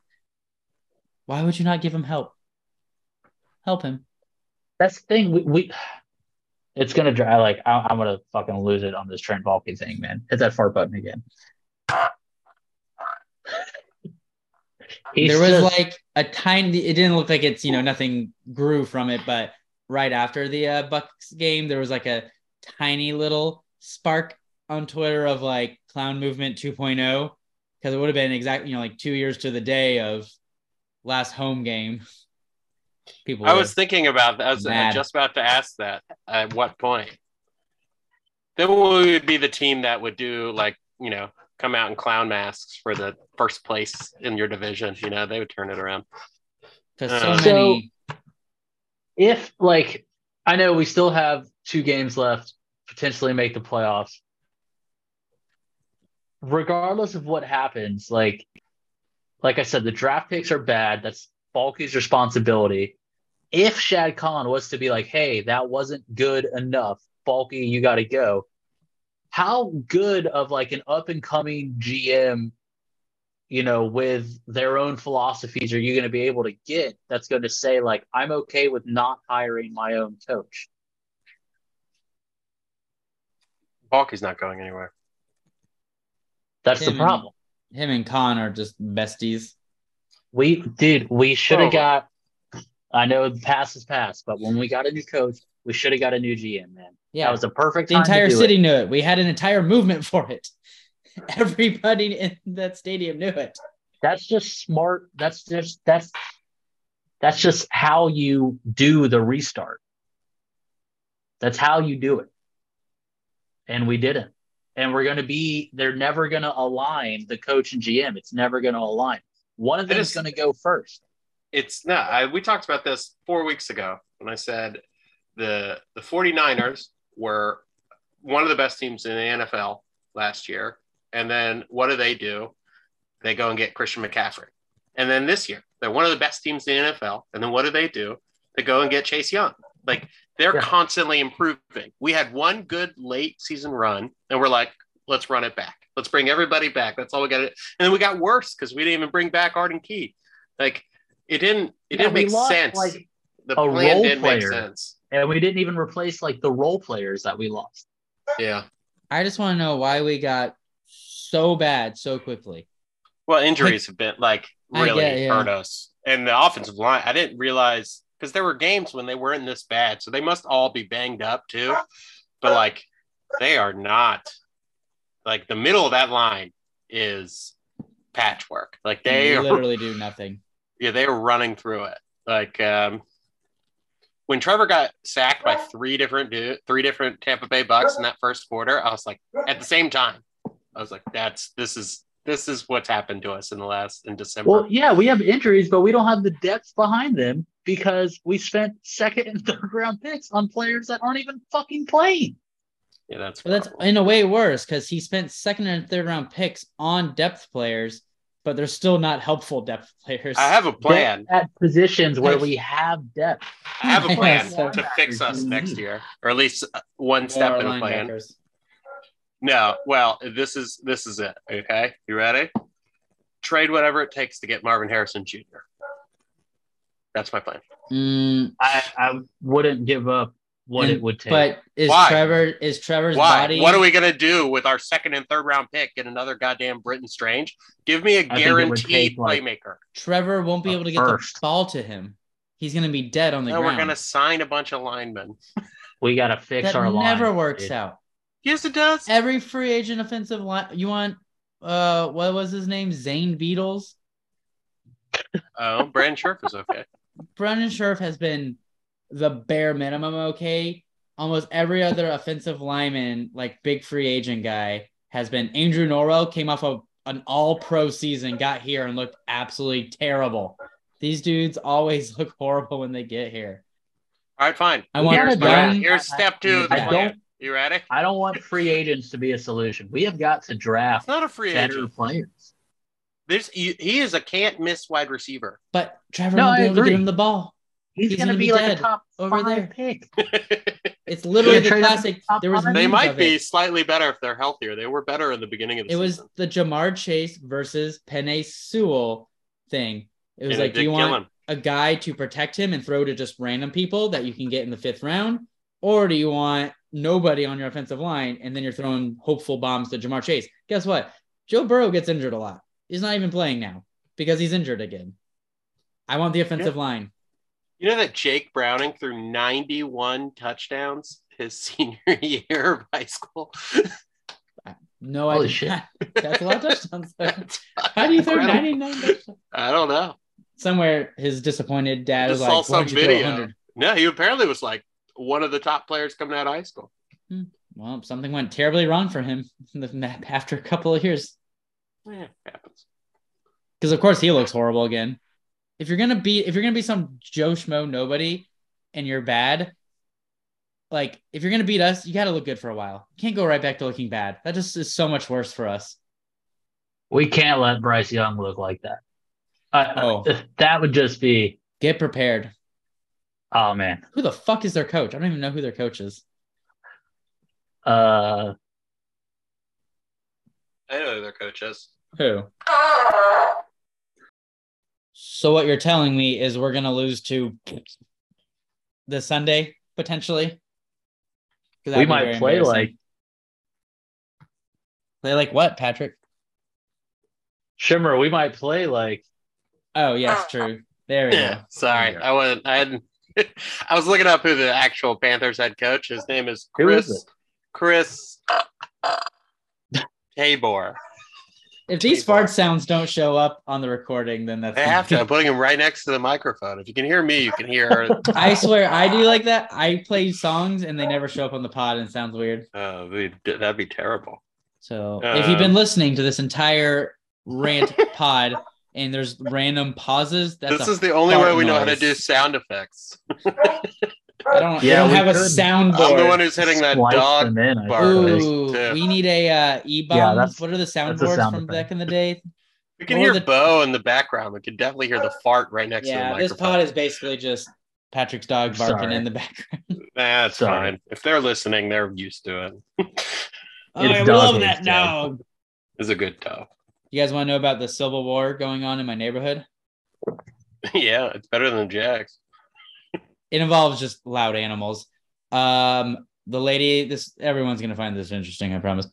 Speaker 1: Why would you not give him help? Help him.
Speaker 2: that's the thing we, we it's gonna dry like I, i'm gonna fucking lose it on this trent balky thing man hit that fart button again He's
Speaker 1: there was
Speaker 2: just-
Speaker 1: like a tiny it didn't look like it's you know nothing grew from it but right after the uh, bucks game there was like a tiny little spark on twitter of like clown movement 2.0 because it would have been exact you know like two years to the day of last home game people
Speaker 3: I
Speaker 1: were-
Speaker 3: was thinking about that. I was
Speaker 1: Mad.
Speaker 3: just about to ask that. At what point? Then we would be the team that would do like you know come out in clown masks for the first place in your division. You know they would turn it around.
Speaker 1: 'cause
Speaker 3: uh,
Speaker 1: so many
Speaker 2: if like I know we still have two games left, potentially make the playoffs. Regardless of what happens, like like I said, the draft picks are bad. That's Balky's responsibility. If Shad Khan was to be like, hey, that wasn't good enough, Balky, you gotta go. How good of like an up and coming GM you know, with their own philosophies are you going to be able to get that's going to say, like, I'm okay with not hiring my own coach?
Speaker 3: Balky's not going anywhere.
Speaker 2: That's the
Speaker 1: Him.
Speaker 2: problem.
Speaker 1: him and Khan are just besties
Speaker 2: We, dude, we should
Speaker 3: Oh.
Speaker 2: have got, I know the past is past, but when we got a new coach, we should have got a new GM, man.
Speaker 1: yeah
Speaker 2: That was the perfect
Speaker 1: the
Speaker 2: time to
Speaker 1: entire
Speaker 2: do
Speaker 1: city
Speaker 2: it.
Speaker 1: knew it we had an entire movement for it everybody in that stadium knew it
Speaker 2: That's just smart. That's just, that's, that's just how you do the restart. That's how you do it. And we didn't. And we're going to be, they're never going to align the coach and GM. It's never going to align. One of
Speaker 3: It
Speaker 2: them is
Speaker 3: is-
Speaker 2: going to go first.
Speaker 3: It's no. I, we talked about this four weeks ago when I said the the 49ers were one of the best teams in the NFL last year. And then what do they do? They go and get Christian McCaffrey. And then this year, they're one of the best teams in the NFL. And then what do they do? They go and get Chase Young. Like they're
Speaker 2: Yeah.
Speaker 3: constantly improving. We had one good late season run, and we're like, let's run it back. Let's bring everybody back. That's all we got. to And then we got worse because we didn't even bring back Arden Key. Like it didn't. It
Speaker 2: Yeah,
Speaker 3: didn't
Speaker 2: we
Speaker 3: make
Speaker 2: lost,
Speaker 3: sense.
Speaker 2: like,
Speaker 3: the
Speaker 2: a
Speaker 3: plan
Speaker 2: role
Speaker 3: didn't make
Speaker 2: player.
Speaker 3: sense.
Speaker 2: and we didn't even replace like the role players that we lost.
Speaker 3: Yeah.
Speaker 1: I just want to know why we got so bad so quickly.
Speaker 3: Well, injuries have been like
Speaker 1: I
Speaker 3: really
Speaker 1: get- yeah.
Speaker 3: hurt us, and the offensive line. I didn't realize because there were games when they weren't this bad, so they must all be banged up too. But like, they are not. Like the middle of that line is patchwork. Like they
Speaker 1: They
Speaker 3: are
Speaker 1: literally do nothing.
Speaker 3: yeah, they were running through it. Like um, when Trevor got sacked by three different du- three different Tampa Bay Bucks in that first quarter, I was like, at the same time, I was like, that's this is this is what's happened to us in the last in December.
Speaker 2: Well, yeah, we have injuries, but we don't have the depth behind them because we spent second and third round picks on players that aren't even fucking playing.
Speaker 3: yeah, that's
Speaker 1: But that's
Speaker 3: horrible.
Speaker 1: in a way worse because he spent second and third round picks on depth players, but they're still not helpful depth players.
Speaker 3: I have a plan.
Speaker 2: They're At positions where we have depth.
Speaker 3: I have a plan
Speaker 1: Yes, so-
Speaker 3: to fix us next year, or at least uh, one
Speaker 1: Or
Speaker 3: step
Speaker 1: our
Speaker 3: in a plan.
Speaker 1: linebackers.
Speaker 3: No, well, this is this is it. Okay, you ready? Trade whatever it takes to get Marvin Harrison Jr. That's my plan.
Speaker 1: Mm,
Speaker 2: I, I wouldn't give up what
Speaker 1: And-
Speaker 2: it would take.
Speaker 1: but is
Speaker 3: Why?
Speaker 1: Trevor is Trevor's
Speaker 3: Why?
Speaker 1: body?
Speaker 3: What are we gonna do with our second and third round pick and another goddamn Britton Strange? Give me a
Speaker 2: think it would
Speaker 3: guaranteed
Speaker 2: take, like,
Speaker 3: playmaker.
Speaker 1: Trevor won't be
Speaker 2: Uh,
Speaker 1: able to get the
Speaker 2: first.
Speaker 1: ball to him. He's gonna be dead on the
Speaker 3: Now
Speaker 1: ground.
Speaker 3: we're gonna sign a bunch of linemen.
Speaker 2: we got to fix
Speaker 1: that
Speaker 2: our line.
Speaker 1: never works
Speaker 2: dude.
Speaker 1: out.
Speaker 3: Yes, it does.
Speaker 1: Every free agent offensive line. You want uh, what was his name? Zane Beatles.
Speaker 3: oh, Brandon Scherf is okay.
Speaker 1: Brendan Scherf has been the bare minimum okay. Almost every other offensive lineman, like big free agent guy, has been Andrew Norwell came off of an all pro season, got here and looked absolutely terrible. These dudes always look horrible when they get here.
Speaker 3: All right, fine.
Speaker 1: I want
Speaker 2: Here's I
Speaker 3: Here's, my-
Speaker 2: don't-
Speaker 1: Brown.
Speaker 3: here's step two. Of the
Speaker 2: I
Speaker 3: plan.
Speaker 2: don't-
Speaker 3: You ready?
Speaker 2: I don't want free agents to be a solution. We have got to
Speaker 3: It's
Speaker 2: draft
Speaker 3: not a free
Speaker 2: better
Speaker 3: agent.
Speaker 2: players.
Speaker 3: There's he, he is a can't miss wide receiver.
Speaker 1: But Trevor
Speaker 2: No,
Speaker 1: won't be
Speaker 2: I
Speaker 1: able to
Speaker 2: agree.
Speaker 1: get him the ball.
Speaker 2: He's,
Speaker 1: He's
Speaker 2: going
Speaker 1: gonna
Speaker 2: to be,
Speaker 1: be
Speaker 2: like
Speaker 1: dead
Speaker 2: a top
Speaker 1: over
Speaker 2: five
Speaker 1: there.
Speaker 2: pick.
Speaker 1: It's literally
Speaker 2: Yeah,
Speaker 1: the
Speaker 2: trade up
Speaker 1: classic.
Speaker 2: top
Speaker 1: There was
Speaker 2: five.
Speaker 3: They
Speaker 1: memes
Speaker 3: might
Speaker 1: of
Speaker 3: be
Speaker 1: it.
Speaker 3: slightly better if they're healthier. They were better in the beginning of the
Speaker 1: It was
Speaker 3: season.
Speaker 1: the Jamar Chase versus Penny Sewell thing. It was
Speaker 3: And
Speaker 1: like,
Speaker 3: did
Speaker 1: do you
Speaker 3: kill
Speaker 1: want
Speaker 3: him.
Speaker 1: a guy to protect him and throw to just random people that you can get in the fifth round? Or do you want nobody on your offensive line and then you're throwing hopeful bombs to Jamar Chase? Guess what? Joe Burrow gets injured a lot. He's not even playing now because he's injured again. I want the offensive line.
Speaker 3: You know that Jake Browning threw 91 touchdowns his senior year of high school?
Speaker 1: No, I
Speaker 2: Holy
Speaker 1: did
Speaker 2: shit.
Speaker 1: not. That's a lot of touchdowns. How do you throw
Speaker 3: Incredible.
Speaker 1: 99 touchdowns?
Speaker 3: I don't know.
Speaker 1: Somewhere his disappointed dad
Speaker 3: I
Speaker 1: was
Speaker 3: just
Speaker 1: like,
Speaker 3: saw
Speaker 1: Why
Speaker 3: some
Speaker 1: don't you throw
Speaker 3: video.
Speaker 1: 100?
Speaker 3: No, he apparently was like one of the top players coming out of high school.
Speaker 1: Well, something went terribly wrong for him in the map after a couple of years.
Speaker 3: Yeah, happens.
Speaker 1: because of course he looks horrible again. If you're gonna be if you're gonna be some Joe Schmo nobody and you're bad, like if you're gonna beat us, you gotta look good for a while. You can't go right back to looking bad. That just is so much worse for us.
Speaker 2: We can't let Bryce Young look like that. Uh,
Speaker 1: Oh.
Speaker 2: uh, That would just be,
Speaker 1: Get prepared.
Speaker 2: oh man.
Speaker 1: Who the fuck is their coach? I don't even know who their coach is.
Speaker 2: Uh,
Speaker 3: I know who their coach is.
Speaker 1: Who? So what you're telling me is we're gonna lose to the Sunday potentially. 'Cause that'd
Speaker 2: we
Speaker 1: be
Speaker 2: might
Speaker 1: very
Speaker 2: play
Speaker 1: embarrassing.
Speaker 2: like
Speaker 1: play like what, Patrick?
Speaker 2: Shimmer. We might play like
Speaker 1: Oh yes, true. There we go.
Speaker 3: Yeah, sorry. I wasn't I hadn't I was looking up who the actual Panthers head coach. His name is
Speaker 2: Who is
Speaker 3: Chris Chris Tabor.
Speaker 1: If these
Speaker 3: Twenty-four.
Speaker 1: fart sounds don't show up on the recording, then that's
Speaker 3: They have to. I'm putting him right next to the microphone. If you can hear me, you can hear.
Speaker 1: I swear I do like that. I play songs and they never show up on the pod and it sounds weird.
Speaker 3: Oh, dude, that'd be terrible.
Speaker 1: So if you've been
Speaker 3: Um,
Speaker 1: listening to this entire rant pod and there's random pauses, that's
Speaker 3: this
Speaker 1: a,
Speaker 3: is the only
Speaker 1: fart
Speaker 3: way we know how to
Speaker 1: noise.
Speaker 3: do sound effects.
Speaker 1: I don't,
Speaker 2: Yeah,
Speaker 1: I don't
Speaker 2: we
Speaker 1: have a
Speaker 2: could.
Speaker 1: soundboard.
Speaker 3: I'm the one who's hitting that
Speaker 2: slice
Speaker 3: dog
Speaker 2: them in, I
Speaker 3: bar.
Speaker 2: suppose.
Speaker 1: Ooh,
Speaker 3: Yeah.
Speaker 1: we need a uh, e bomb.
Speaker 2: Yeah, that's-
Speaker 1: what are the
Speaker 2: a
Speaker 1: soundboards
Speaker 2: sound
Speaker 1: from
Speaker 2: effect.
Speaker 1: back in the day?
Speaker 3: We can
Speaker 1: More
Speaker 3: hear
Speaker 1: than-
Speaker 3: Bo in the background. We can definitely hear the fart right next
Speaker 1: yeah,
Speaker 3: to the
Speaker 1: this
Speaker 3: microphone.
Speaker 1: pod is basically just Patrick's dog barking
Speaker 2: Sorry.
Speaker 1: in the background.
Speaker 3: That's
Speaker 2: Sorry.
Speaker 3: fine. If they're listening, they're used to it.
Speaker 1: Oh, I
Speaker 2: dog
Speaker 1: love
Speaker 2: is
Speaker 1: that
Speaker 2: dead.
Speaker 1: dog.
Speaker 3: It's a good dog.
Speaker 1: You guys want to know about the civil war going on in my neighborhood?
Speaker 3: yeah, it's better than Jack's.
Speaker 1: It involves just loud animals. Um, the lady, this everyone's gonna find this interesting, I promise.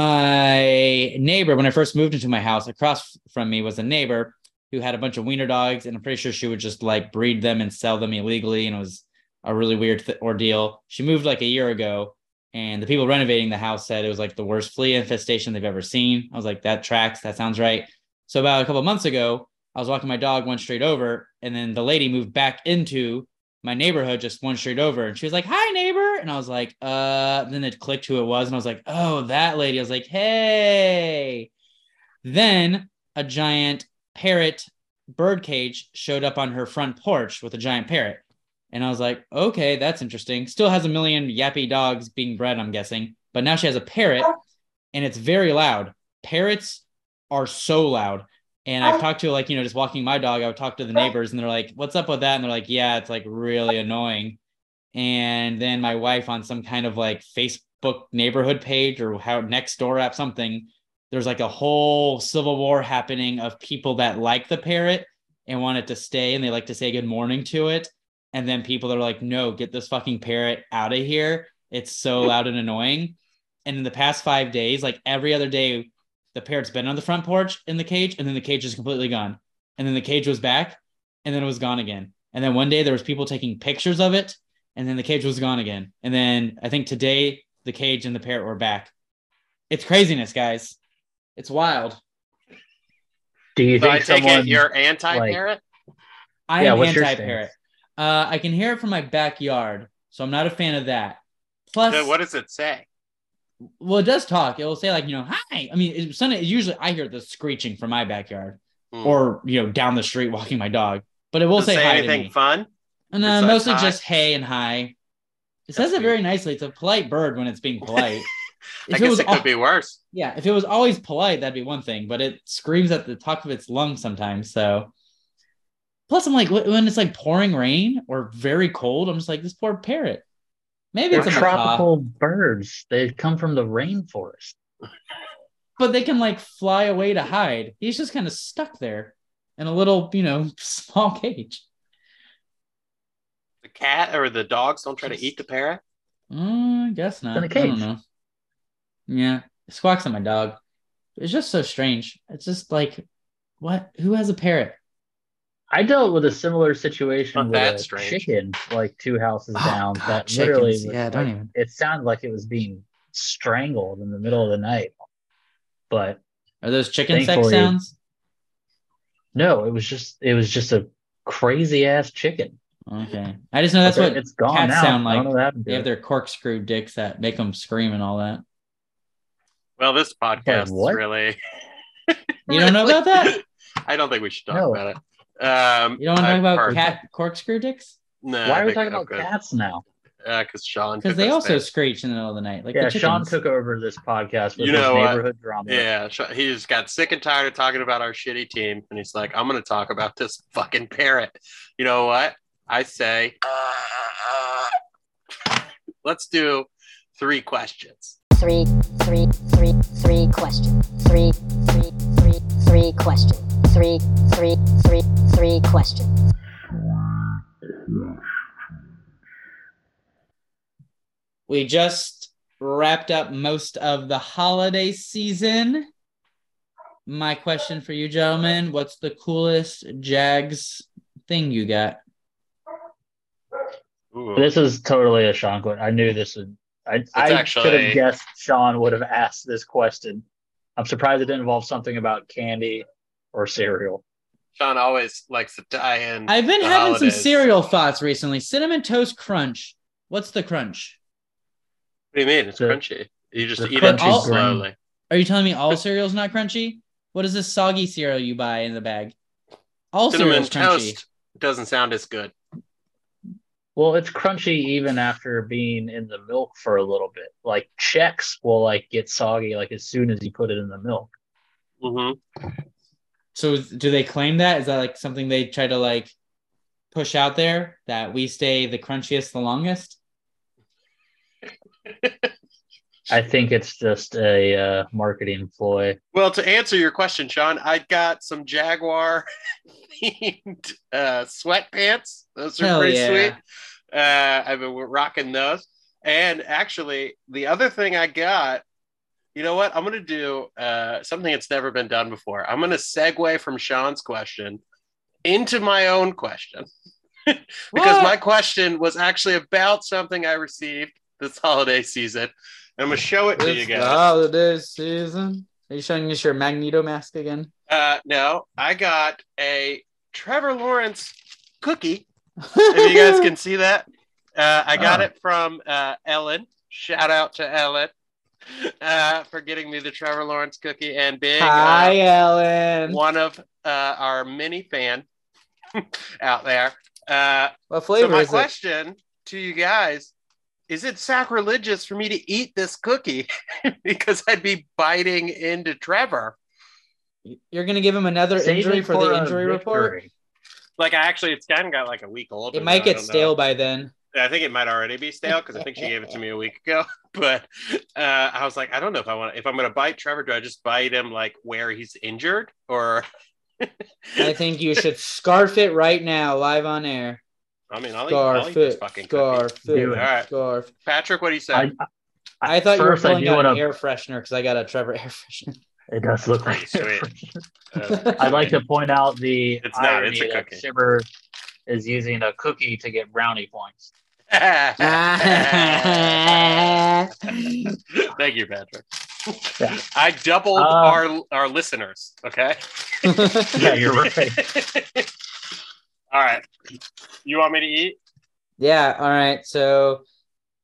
Speaker 1: My neighbor, when I first moved into my house, across from me was a neighbor who had a bunch of wiener dogs, and I'm pretty sure she would just like breed them and sell them illegally, and it was a really weird th- ordeal. She moved like a year ago, and the people renovating the house said it was like the worst flea infestation they've ever seen. I was like, that tracks, that sounds right. So about a couple months ago, I was walking my dog one street over, and then the lady moved back into my neighborhood just one street over, and she was like, "Hi, neighbor," and I was like, "Uh." Then it clicked who it was, and I was like, "Oh, that lady." I was like, "Hey." Then a giant parrot bird cage showed up on her front porch with a giant parrot. And I was like, okay, that's interesting. Still has a million yappy dogs being bred, I'm guessing. But now she has a parrot and it's very loud. Parrots are so loud. And I've talked to like, you know, just walking my dog, I would talk to the neighbors and they're like, what's up with that? And they're like, yeah, it's like really annoying. And then my wife on some kind of like Facebook neighborhood page or how next door app something, there's like a whole civil war happening of people that like the parrot and want it to stay and they like to say good morning to it. And then people that are like, no, get this fucking parrot out of here. It's so loud and annoying. And in the past five days, like every other day, the parrot's been on the front porch in the cage, and then the cage is completely gone. And then the cage was back, and then it was gone again. And then one day there was people taking pictures of it, and then the cage was gone again. And then I think today the cage and the parrot were back. It's craziness, guys. It's wild.
Speaker 2: Do you
Speaker 3: So
Speaker 2: think
Speaker 3: I take
Speaker 2: someone?
Speaker 3: it you're anti-parrot.
Speaker 1: I
Speaker 2: Yeah,
Speaker 1: am
Speaker 2: what's your
Speaker 1: anti parrot. Uh, I can hear it from my backyard, so I'm not a fan of that. Plus,
Speaker 3: So what does it say?
Speaker 1: well, it does talk. It will say like, you know, hi. I mean, it, some- usually I hear the screeching from my backyard
Speaker 3: Hmm.
Speaker 1: or you know down the street walking my dog, but it will
Speaker 3: Does it
Speaker 1: say,
Speaker 3: say
Speaker 1: hi to
Speaker 3: anything
Speaker 1: me.
Speaker 3: fun?
Speaker 1: And, uh,
Speaker 3: besides
Speaker 1: mostly
Speaker 3: hi?
Speaker 1: just hey and hi. It says
Speaker 3: That's
Speaker 1: it very nicely. It's a polite bird when it's being polite. If
Speaker 3: I guess
Speaker 1: was
Speaker 3: it could
Speaker 1: al-
Speaker 3: be worse.
Speaker 1: yeah, if it was always polite, that'd be one thing, but it screams at the top of its lungs sometimes. So, plus, I'm like, wh- when it's like pouring rain or very cold, I'm just like, this poor parrot. Maybe
Speaker 2: They're
Speaker 1: it's a macaw,
Speaker 2: tropical birds. They come from the rainforest.
Speaker 1: but they can like fly away to hide. He's just kind of stuck there in a little, you know, small cage.
Speaker 3: The cat or the dogs don't try to
Speaker 1: Just-
Speaker 3: eat the parrot.
Speaker 1: Mm, I guess not.
Speaker 2: in a
Speaker 1: I don't
Speaker 2: cage.
Speaker 1: know. Yeah, it squawks at my dog. It's just so strange. It's just like, what? Who has a parrot?
Speaker 2: I dealt with a similar situation
Speaker 3: Not
Speaker 2: with
Speaker 3: that
Speaker 2: a
Speaker 3: strange.
Speaker 2: chicken, like two houses
Speaker 1: Oh,
Speaker 2: down.
Speaker 1: God,
Speaker 2: that
Speaker 1: chickens.
Speaker 2: literally, was,
Speaker 1: Yeah,
Speaker 2: like,
Speaker 1: don't even.
Speaker 2: It sounded like it was being strangled in the middle of the night, but
Speaker 1: Are those chicken sex
Speaker 2: Thankfully-
Speaker 1: sounds?
Speaker 2: no, it was just it was just a crazy ass chicken.
Speaker 1: Okay, I just know that's
Speaker 2: But
Speaker 1: what
Speaker 2: it's gone
Speaker 1: cats
Speaker 2: now.
Speaker 1: sound
Speaker 2: I
Speaker 1: like.
Speaker 2: don't know what happened to
Speaker 1: they have
Speaker 2: it.
Speaker 1: their corkscrew dicks that make them scream and all that.
Speaker 3: Well, this podcast
Speaker 2: what?
Speaker 3: is really.
Speaker 1: You don't know about that?
Speaker 3: I don't think we should talk
Speaker 2: No.
Speaker 3: about it. Um,
Speaker 1: You don't know
Speaker 3: I've
Speaker 1: about
Speaker 3: heard-
Speaker 1: cat corkscrew dicks
Speaker 3: No,
Speaker 2: Why
Speaker 3: I
Speaker 2: are we
Speaker 3: think
Speaker 2: talking
Speaker 3: I'm
Speaker 2: about
Speaker 3: good.
Speaker 2: cats now?
Speaker 3: Yeah, because Sean.
Speaker 1: because
Speaker 3: took
Speaker 1: they
Speaker 3: us
Speaker 1: also
Speaker 3: there.
Speaker 1: screech in the middle of the night. Like
Speaker 2: yeah,
Speaker 1: the
Speaker 2: Sean
Speaker 1: chickens.
Speaker 2: took over this podcast with
Speaker 3: You
Speaker 2: his
Speaker 3: know what?
Speaker 2: neighborhood drama.
Speaker 3: Yeah, Sha- he just got sick and tired of talking about our shitty team, and he's like, "I'm gonna talk about this fucking parrot." You know what? I say, let's do three questions.
Speaker 4: three, three, three, three question. Three, three, three, three question. Three, three, three, three question.
Speaker 1: We just wrapped up most of the holiday season. My question for you, gentlemen what's the coolest Jags thing you got?
Speaker 3: Ooh.
Speaker 2: This is totally a Sean question. I knew this would. I, I should
Speaker 3: actually-
Speaker 2: have guessed Sean would have asked this question. I'm surprised it didn't involve something about candy or cereal.
Speaker 3: Sean always likes to tie in.
Speaker 1: I've been
Speaker 3: The
Speaker 1: having some
Speaker 3: holidays.
Speaker 1: cereal thoughts recently. Cinnamon Toast Crunch. What's the crunch?
Speaker 3: what do you mean? It's
Speaker 2: The-
Speaker 3: crunchy. You just
Speaker 2: the
Speaker 3: eat it
Speaker 1: crunchy
Speaker 3: too
Speaker 1: green.
Speaker 3: slowly.
Speaker 1: Are you telling me all cereal's not crunchy? What is this soggy cereal you buy in the bag? All
Speaker 3: Cinnamon
Speaker 1: cereal's crunchy.
Speaker 3: toast doesn't sound as good.
Speaker 2: Well, it's crunchy even after being in the milk for a little bit. Like checks will like get soggy like as soon as you put it in the milk.
Speaker 3: Mm-hmm.
Speaker 1: So is- do they claim that? Is that like something they try to like push out there that we stay the crunchiest the longest?
Speaker 2: I think it's just a uh, marketing ploy.
Speaker 3: Well, to answer your question, Sean, I got some Jaguar themed uh, sweatpants. Those are
Speaker 1: Hell
Speaker 3: pretty
Speaker 1: yeah.
Speaker 3: sweet. Uh, I've been rocking those. And actually, the other thing I got, you know what? I'm going to do uh, something that's never been done before. I'm going to segue from Sean's question into my own question because my question was actually about something I received this holiday season. And I'm going to show it to you guys.
Speaker 1: holiday oh, season. Are you showing us your Magneto mask again?
Speaker 3: Uh, no, I got a Trevor Lawrence cookie. If you guys can see that, uh, I got
Speaker 2: Oh.
Speaker 3: it from uh, Ellen. Shout out to Ellen uh, for getting me the Trevor Lawrence cookie and being uh,
Speaker 1: Hi, Ellen.
Speaker 3: one of uh, our mini fan out there. Uh,
Speaker 1: What
Speaker 3: so
Speaker 1: flavor
Speaker 3: my
Speaker 1: is it?
Speaker 3: question to you guys is: It sacrilegious for me to eat this cookie because I'd be biting into Trevor?
Speaker 1: You're gonna give him another
Speaker 2: Save
Speaker 1: injury
Speaker 2: it
Speaker 1: for the
Speaker 2: a
Speaker 1: injury report.
Speaker 2: victory.
Speaker 3: Like, I actually, it's kind of got like a week old.
Speaker 1: It
Speaker 3: now,
Speaker 1: might
Speaker 3: I
Speaker 1: get
Speaker 3: don't know.
Speaker 1: stale by then.
Speaker 3: I think it might already be stale because I think she gave it to me a week ago. But uh, I was like, I don't know if I want if I'm gonna bite Trevor. Do I just bite him like where he's injured or?
Speaker 1: I
Speaker 3: I
Speaker 1: think you should scarf it right now, live on air.
Speaker 3: mean, I'll eat, I'll eat
Speaker 1: Scarf
Speaker 3: this
Speaker 1: it.
Speaker 3: fucking cookie.
Speaker 1: Scarf
Speaker 2: Do
Speaker 1: it.
Speaker 2: it.
Speaker 3: Alright.
Speaker 1: Scarf.
Speaker 3: Patrick, what do you say?
Speaker 2: I,
Speaker 1: I thought you were
Speaker 2: First, I
Speaker 1: pulling
Speaker 2: do
Speaker 1: out an
Speaker 2: wanna-
Speaker 1: air freshener because I got a Trevor air freshener.
Speaker 2: it does look like
Speaker 3: Pretty sweet. Uh,
Speaker 2: I'd like to point out the
Speaker 3: It's not,
Speaker 2: irony
Speaker 3: it's a
Speaker 2: that
Speaker 3: cookie.
Speaker 2: Shiver is using a cookie to get brownie points.
Speaker 1: That's
Speaker 3: Thank you, Patrick.
Speaker 2: Yeah.
Speaker 3: I doubled
Speaker 2: Um,
Speaker 3: our our listeners. Okay.
Speaker 2: Yeah, you're right.
Speaker 3: All right. You want me to eat?
Speaker 1: yeah. All right. So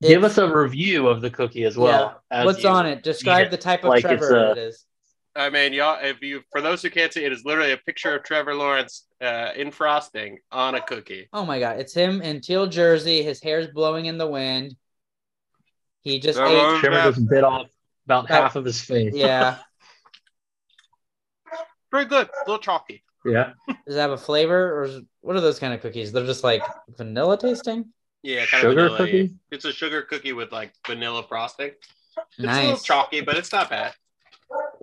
Speaker 2: Give
Speaker 1: it's-
Speaker 2: us a review of the cookie as well. as
Speaker 1: what's
Speaker 2: you-
Speaker 1: on it? Describe
Speaker 2: it.
Speaker 1: the type of
Speaker 2: Like it's
Speaker 1: Trevor
Speaker 2: a-
Speaker 1: it is.
Speaker 3: I mean, y'all, if you, for those who can't see, it is literally a picture of Trevor Lawrence uh, in frosting on a cookie.
Speaker 1: Oh my god, it's him in teal jersey. His hair's blowing in the wind. He just
Speaker 3: That
Speaker 1: ate.
Speaker 3: was-
Speaker 2: Shiver just bit off about
Speaker 1: That-
Speaker 2: half of his face.
Speaker 1: Yeah.
Speaker 3: Pretty good, a little chalky.
Speaker 2: Yeah.
Speaker 1: Does it have a flavor or is, what are those kind of cookies? They're just like vanilla tasting.
Speaker 3: Yeah, kind
Speaker 2: Sugar
Speaker 3: of vanilla.
Speaker 2: cookie?
Speaker 3: It's a sugar cookie with like vanilla frosting. It's a little
Speaker 1: Nice.
Speaker 3: chalky, but it's not bad.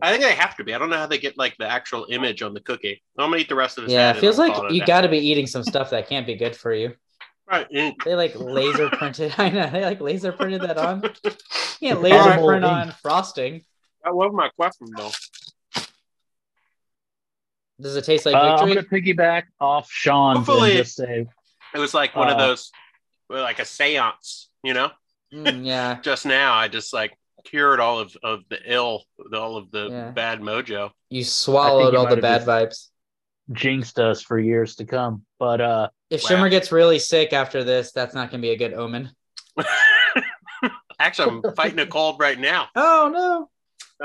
Speaker 3: I think they have to be. I don't know how they get like the actual image on the cookie. I'm gonna eat the rest of this.
Speaker 1: Yeah, it feels like you got to be eating some stuff that can't be good for you.
Speaker 3: right. mm.
Speaker 1: They like laser printed. I know they like laser printed that on. You can't
Speaker 2: All
Speaker 1: laser
Speaker 2: right.
Speaker 1: print on frosting.
Speaker 3: That was my question though.
Speaker 1: Does it taste like
Speaker 2: Uh, I'm going
Speaker 1: victory?
Speaker 2: to piggyback off Sean
Speaker 3: Hopefully-
Speaker 2: and just say
Speaker 3: It was like one of
Speaker 2: Uh,
Speaker 3: those, well, like a séance, you know.
Speaker 1: Mm, yeah.
Speaker 3: Just now, I just like cured all of of the ill, all of the
Speaker 1: Yeah.
Speaker 3: bad mojo.
Speaker 1: You swallowed
Speaker 2: you
Speaker 1: all the
Speaker 2: might
Speaker 1: bad
Speaker 2: have
Speaker 1: vibes.
Speaker 2: jinxed us for years to come. But uh,
Speaker 1: If
Speaker 3: Wow.
Speaker 1: Shimmer gets really sick after this, that's not going to be a good omen.
Speaker 3: Actually, I'm fighting a cold right now.
Speaker 1: Oh no!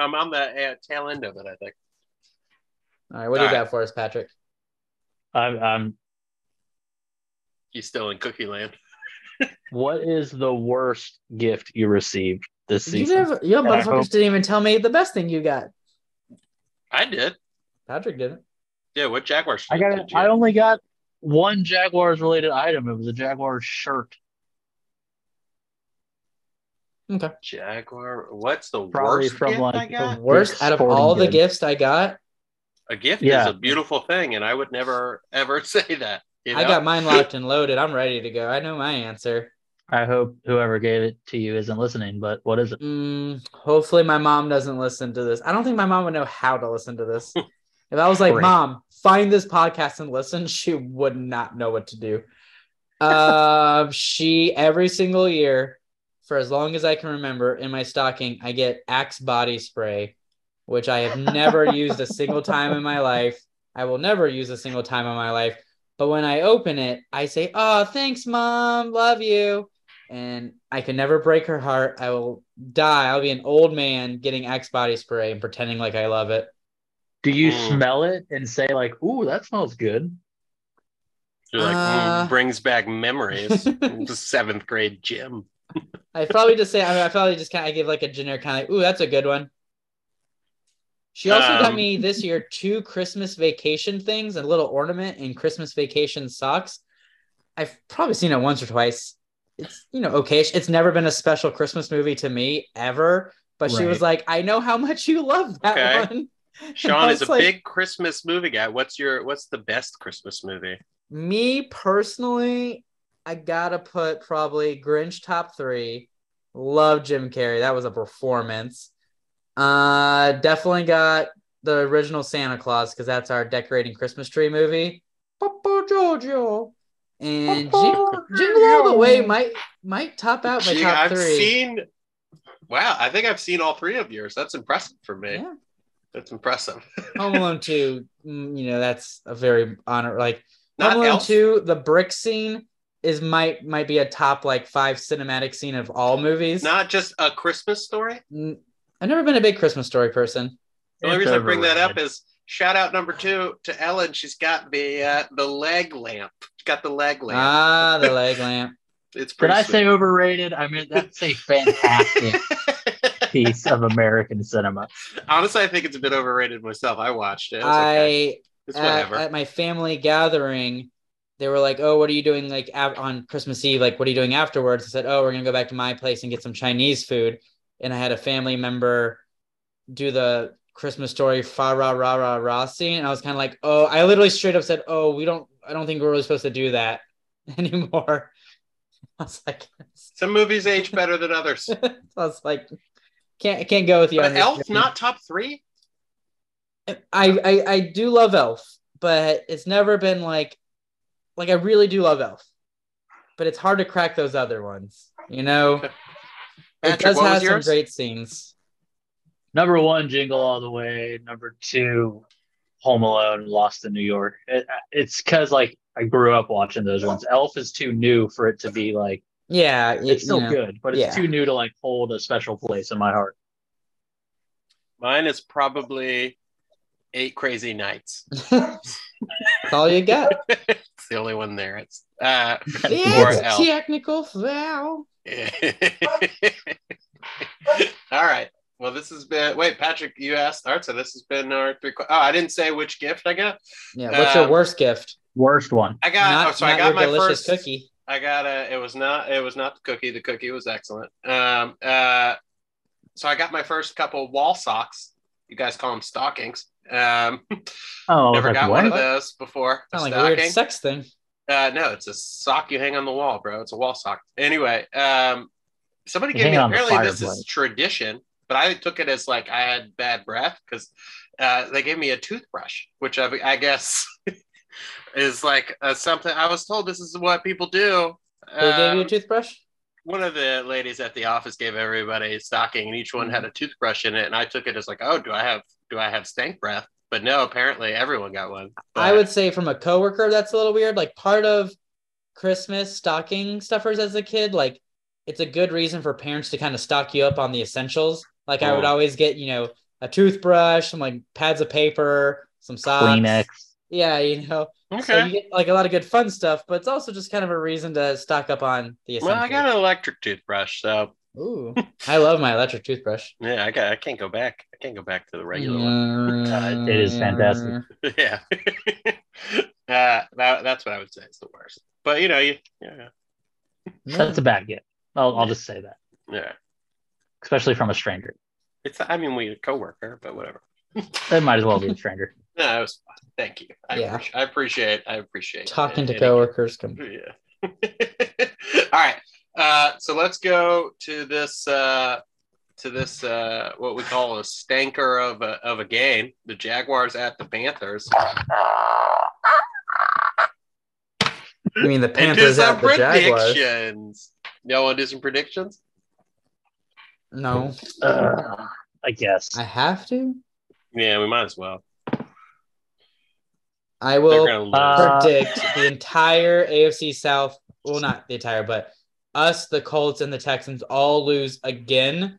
Speaker 3: I'm on the uh, tail end of it, I think.
Speaker 1: All right, what do you
Speaker 3: All right.
Speaker 1: got for us, Patrick?
Speaker 2: I'm, I'm,
Speaker 3: He's still in cookie land.
Speaker 2: what is the worst gift you received this
Speaker 1: You
Speaker 2: season?
Speaker 1: never, you
Speaker 2: And I hope-
Speaker 1: motherfuckers didn't even tell me the best thing you got.
Speaker 3: I did.
Speaker 1: Patrick didn't.
Speaker 3: Yeah, what Jaguar shirt
Speaker 2: I got.
Speaker 3: did you-
Speaker 2: I only got one Jaguars related item. It was a Jaguars shirt.
Speaker 3: Jaguar. What's the
Speaker 2: Probably
Speaker 3: worst
Speaker 2: from,
Speaker 3: gift
Speaker 2: like,
Speaker 3: I got?
Speaker 2: the-
Speaker 1: Worst out of
Speaker 2: sporting
Speaker 1: all the
Speaker 2: good.
Speaker 1: gifts I got,
Speaker 3: A gift is
Speaker 2: Yeah.
Speaker 3: a beautiful thing, and I would never ever say that. You know?
Speaker 1: I got mine locked and loaded. I'm ready to go. I know my answer.
Speaker 2: I hope whoever gave it to you isn't listening. But what is it?
Speaker 1: Mm, hopefully, my mom doesn't listen to this. I don't think my mom would know how to listen to this. if I was like,
Speaker 2: Great.
Speaker 1: "Mom, find this podcast and listen," she would not know what to do. Um, she every single year, for as long as I can remember, in my stocking, I get Axe body spray, which I have never used a single time in my life. I will never use a single time in my life. But when I open it, I say, "Oh, thanks, mom. Love you." And I can never break her heart. I will die. I'll be an old man getting Axe body spray and pretending like I love it.
Speaker 2: Do you
Speaker 3: Mm.
Speaker 2: smell it and say like, "Ooh, that smells good"?
Speaker 3: You're like, mm,
Speaker 1: Uh.
Speaker 3: brings back memories. the seventh grade gym.
Speaker 1: I probably just say I, mean, I probably just kind of give like a generic kind of like, "Ooh, that's a good one." She also got
Speaker 3: Um,
Speaker 1: me this year two Christmas vacation things, a little ornament and Christmas vacation socks. I've probably seen it once or twice. It's you know okay. It's never been a special Christmas movie to me ever. But she was like, "I know how much you love that
Speaker 3: Okay.
Speaker 1: one." And
Speaker 3: Sean
Speaker 1: I
Speaker 3: is a
Speaker 1: was like,
Speaker 3: big Christmas movie guy. What's your what's the best Christmas movie?
Speaker 1: Me personally, I gotta put probably Grinch top three. Love Jim Carrey. That was a performance. Uh, definitely got the original Santa Claus because that's our decorating Christmas tree movie. Papa Giorgio and Jing- Jingle All the Way might might top out my
Speaker 3: Gee,
Speaker 1: top
Speaker 3: I've
Speaker 1: three.
Speaker 3: seen Wow, I think I've seen all three of yours. That's impressive for me.
Speaker 1: Yeah.
Speaker 3: That's impressive.
Speaker 1: Home Alone two, mm, you know that's a very honor like
Speaker 3: Not
Speaker 1: Home Alone
Speaker 3: Elf.
Speaker 1: Two, the brick scene is might might be a top like five cinematic scene of all movies.
Speaker 3: Not just a Christmas story.
Speaker 1: N- I've never been a big Christmas story person.
Speaker 3: The only reason I bring that up is shout out number two to Ellen. She's got the uh, the leg lamp. She's got the leg lamp.
Speaker 1: Ah, the leg lamp.
Speaker 3: it's
Speaker 2: Did
Speaker 3: pretty.
Speaker 2: I
Speaker 3: sweet.
Speaker 2: say overrated? I mean, that's a fantastic piece of American cinema.
Speaker 3: Honestly, I think it's a bit overrated myself. I watched it. It was okay.
Speaker 1: I uh,
Speaker 3: It's
Speaker 1: at,
Speaker 3: whatever.
Speaker 1: at my family gathering, they were like, "Oh, what are you doing like av- on Christmas Eve? Like, what are you doing afterwards?" I said, "Oh, we're gonna go back to my place and get some Chinese food." And I had a family member do the Christmas story fa ra ra ra ra scene, and I was kind of like, "Oh," I literally straight up said, "Oh, we don't. I don't think we're really supposed to do that anymore." I was like,
Speaker 3: Some movies age better than others.
Speaker 1: I was like, can't can't go with you. on
Speaker 3: but
Speaker 1: this
Speaker 3: Elf
Speaker 1: journey."
Speaker 3: not top three.
Speaker 1: I, I I do love Elf, but it's never been like like I really do love Elf, but it's hard to crack those other ones. You know, it
Speaker 3: Patrick,
Speaker 1: does
Speaker 3: what was
Speaker 1: have some
Speaker 3: yours?
Speaker 1: great scenes.
Speaker 2: Number one, Jingle All the Way. Number two, Home Alone, Lost in New York. It, it's because like I grew up watching those ones. Elf is too new for it to be like
Speaker 1: Yeah, y-
Speaker 2: it's still
Speaker 1: you know.
Speaker 2: good, but it's
Speaker 1: yeah.
Speaker 2: too new to like hold a special place in my heart.
Speaker 3: Mine is probably Eight Crazy Nights.
Speaker 1: That's all you got.
Speaker 3: It's the only one there. It's uh,
Speaker 1: It's
Speaker 3: Elf.
Speaker 1: technical foul.
Speaker 3: All right. Well, this has been. Wait, Patrick, you asked Art, so this has been our three. que- Oh, I didn't say which gift I got.
Speaker 1: Yeah, what's your
Speaker 3: Um,
Speaker 1: worst gift?
Speaker 2: Worst one.
Speaker 3: I got.
Speaker 1: not
Speaker 3: oh, so I
Speaker 1: not
Speaker 3: got
Speaker 1: your
Speaker 3: my
Speaker 1: delicious
Speaker 3: first
Speaker 1: cookie.
Speaker 3: I got a. It was not. It was not the cookie. The cookie was excellent. Um. Uh. So I got my first couple wall socks. You guys call them stockings. Um.
Speaker 2: Oh,
Speaker 3: never
Speaker 2: like,
Speaker 3: got
Speaker 2: what?
Speaker 3: one of those before. A
Speaker 1: Kind of like a
Speaker 3: stocking.
Speaker 1: weird sex thing.
Speaker 3: Uh, no, it's a sock you hang on the wall, bro. It's a wall sock. Anyway, um, somebody
Speaker 2: You hang
Speaker 3: gave me
Speaker 2: it on the
Speaker 3: apparently this
Speaker 2: fireplace.
Speaker 3: is tradition, but I took it as like I had bad breath because uh, they gave me a toothbrush, which I, I guess is like uh, something I was told this is what people do.
Speaker 1: They gave you a
Speaker 3: Um,
Speaker 1: toothbrush.
Speaker 3: one of the ladies at the office gave everybody a stocking and each one had a toothbrush in it and i took it as like oh do i have do i have stank breath but no apparently everyone got one
Speaker 1: I
Speaker 3: But
Speaker 1: would say from a coworker, that's a little weird. Like part of Christmas stocking stuffers as a kid, like it's a good reason for parents to kind of stock you up on the essentials. Like I would
Speaker 3: Mm.
Speaker 1: always get, you know, a toothbrush, some like pads of paper, some socks.
Speaker 2: Kleenex.
Speaker 1: Yeah, you know. So you
Speaker 3: okay
Speaker 1: get like a lot of good fun stuff, but it's also just kind of a reason to stock up on the essentials.
Speaker 3: well i got an electric toothbrush so
Speaker 1: Ooh. I love my electric toothbrush.
Speaker 3: yeah i got i can't go back i can't go back to the regular one
Speaker 1: Mm.
Speaker 2: it is fantastic.
Speaker 3: yeah uh, that, that's what i would say is the worst but you know you yeah
Speaker 2: That's a bad gift. I'll, I'll just say that,
Speaker 3: yeah
Speaker 2: especially from a stranger.
Speaker 3: it's i mean we a coworker but whatever
Speaker 2: It might as well be a stranger.
Speaker 3: no it was fun. thank you i,
Speaker 1: Yeah.
Speaker 3: appreciate, I appreciate i appreciate
Speaker 1: Talking to
Speaker 3: any-
Speaker 1: coworkers. Come-
Speaker 3: Yeah. All right. Uh, so let's go to this uh, to this uh, what we call a stanker of a, of a game. The Jaguars at the Panthers.
Speaker 1: You mean the
Speaker 3: and do
Speaker 1: Panthers
Speaker 3: some
Speaker 1: at the Jaguars?
Speaker 3: predictions. Y'all want to do some predictions?
Speaker 1: No,
Speaker 2: Uh, I guess.
Speaker 1: I have to.
Speaker 3: Yeah, we might as well.
Speaker 1: I
Speaker 3: They're
Speaker 1: will
Speaker 3: gonna lose.
Speaker 2: Uh,
Speaker 1: predict the entire AFC South. Well, not the entire, but us, the Colts, and the Texans all lose again,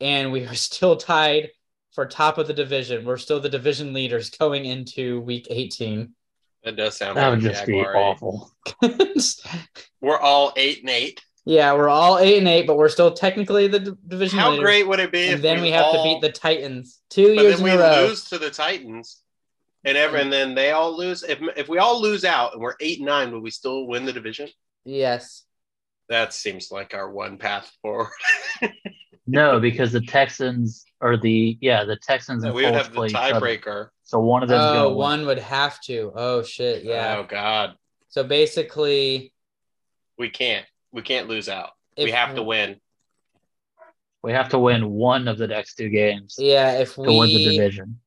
Speaker 1: and we are still tied for top of the division. We're still the division leaders going into Week 18.
Speaker 3: that does sound
Speaker 2: that
Speaker 3: like
Speaker 2: would
Speaker 3: a
Speaker 2: just be
Speaker 3: Jaguar.
Speaker 2: awful.
Speaker 1: I
Speaker 3: We're all eight and eight.
Speaker 1: Yeah, we're all eight and eight, but we're still technically the d- division.
Speaker 3: How
Speaker 1: leaders.
Speaker 3: great would it be if
Speaker 1: And then we, have to beat the Titans two
Speaker 3: But
Speaker 1: years
Speaker 3: then
Speaker 1: in a
Speaker 3: we
Speaker 1: row.
Speaker 3: lose to the Titans, and ever and then they all lose. If if we all lose out and we're eight and nine, will we still win the division?
Speaker 1: Yes.
Speaker 3: That seems like our one path forward.
Speaker 2: No, because the Texans or the yeah the Texans
Speaker 3: we
Speaker 2: and
Speaker 3: would
Speaker 2: Colts
Speaker 3: have the
Speaker 2: play each other.
Speaker 3: tiebreaker.
Speaker 2: So one of them
Speaker 1: Oh,
Speaker 2: going
Speaker 1: one would have to. Oh shit. Yeah.
Speaker 3: Oh God,
Speaker 1: So basically,
Speaker 3: we can't. We can't lose out. we
Speaker 1: if-
Speaker 3: have to win.
Speaker 2: We have to win one of the next two games
Speaker 1: Yeah, if
Speaker 2: to win the
Speaker 1: we
Speaker 2: division.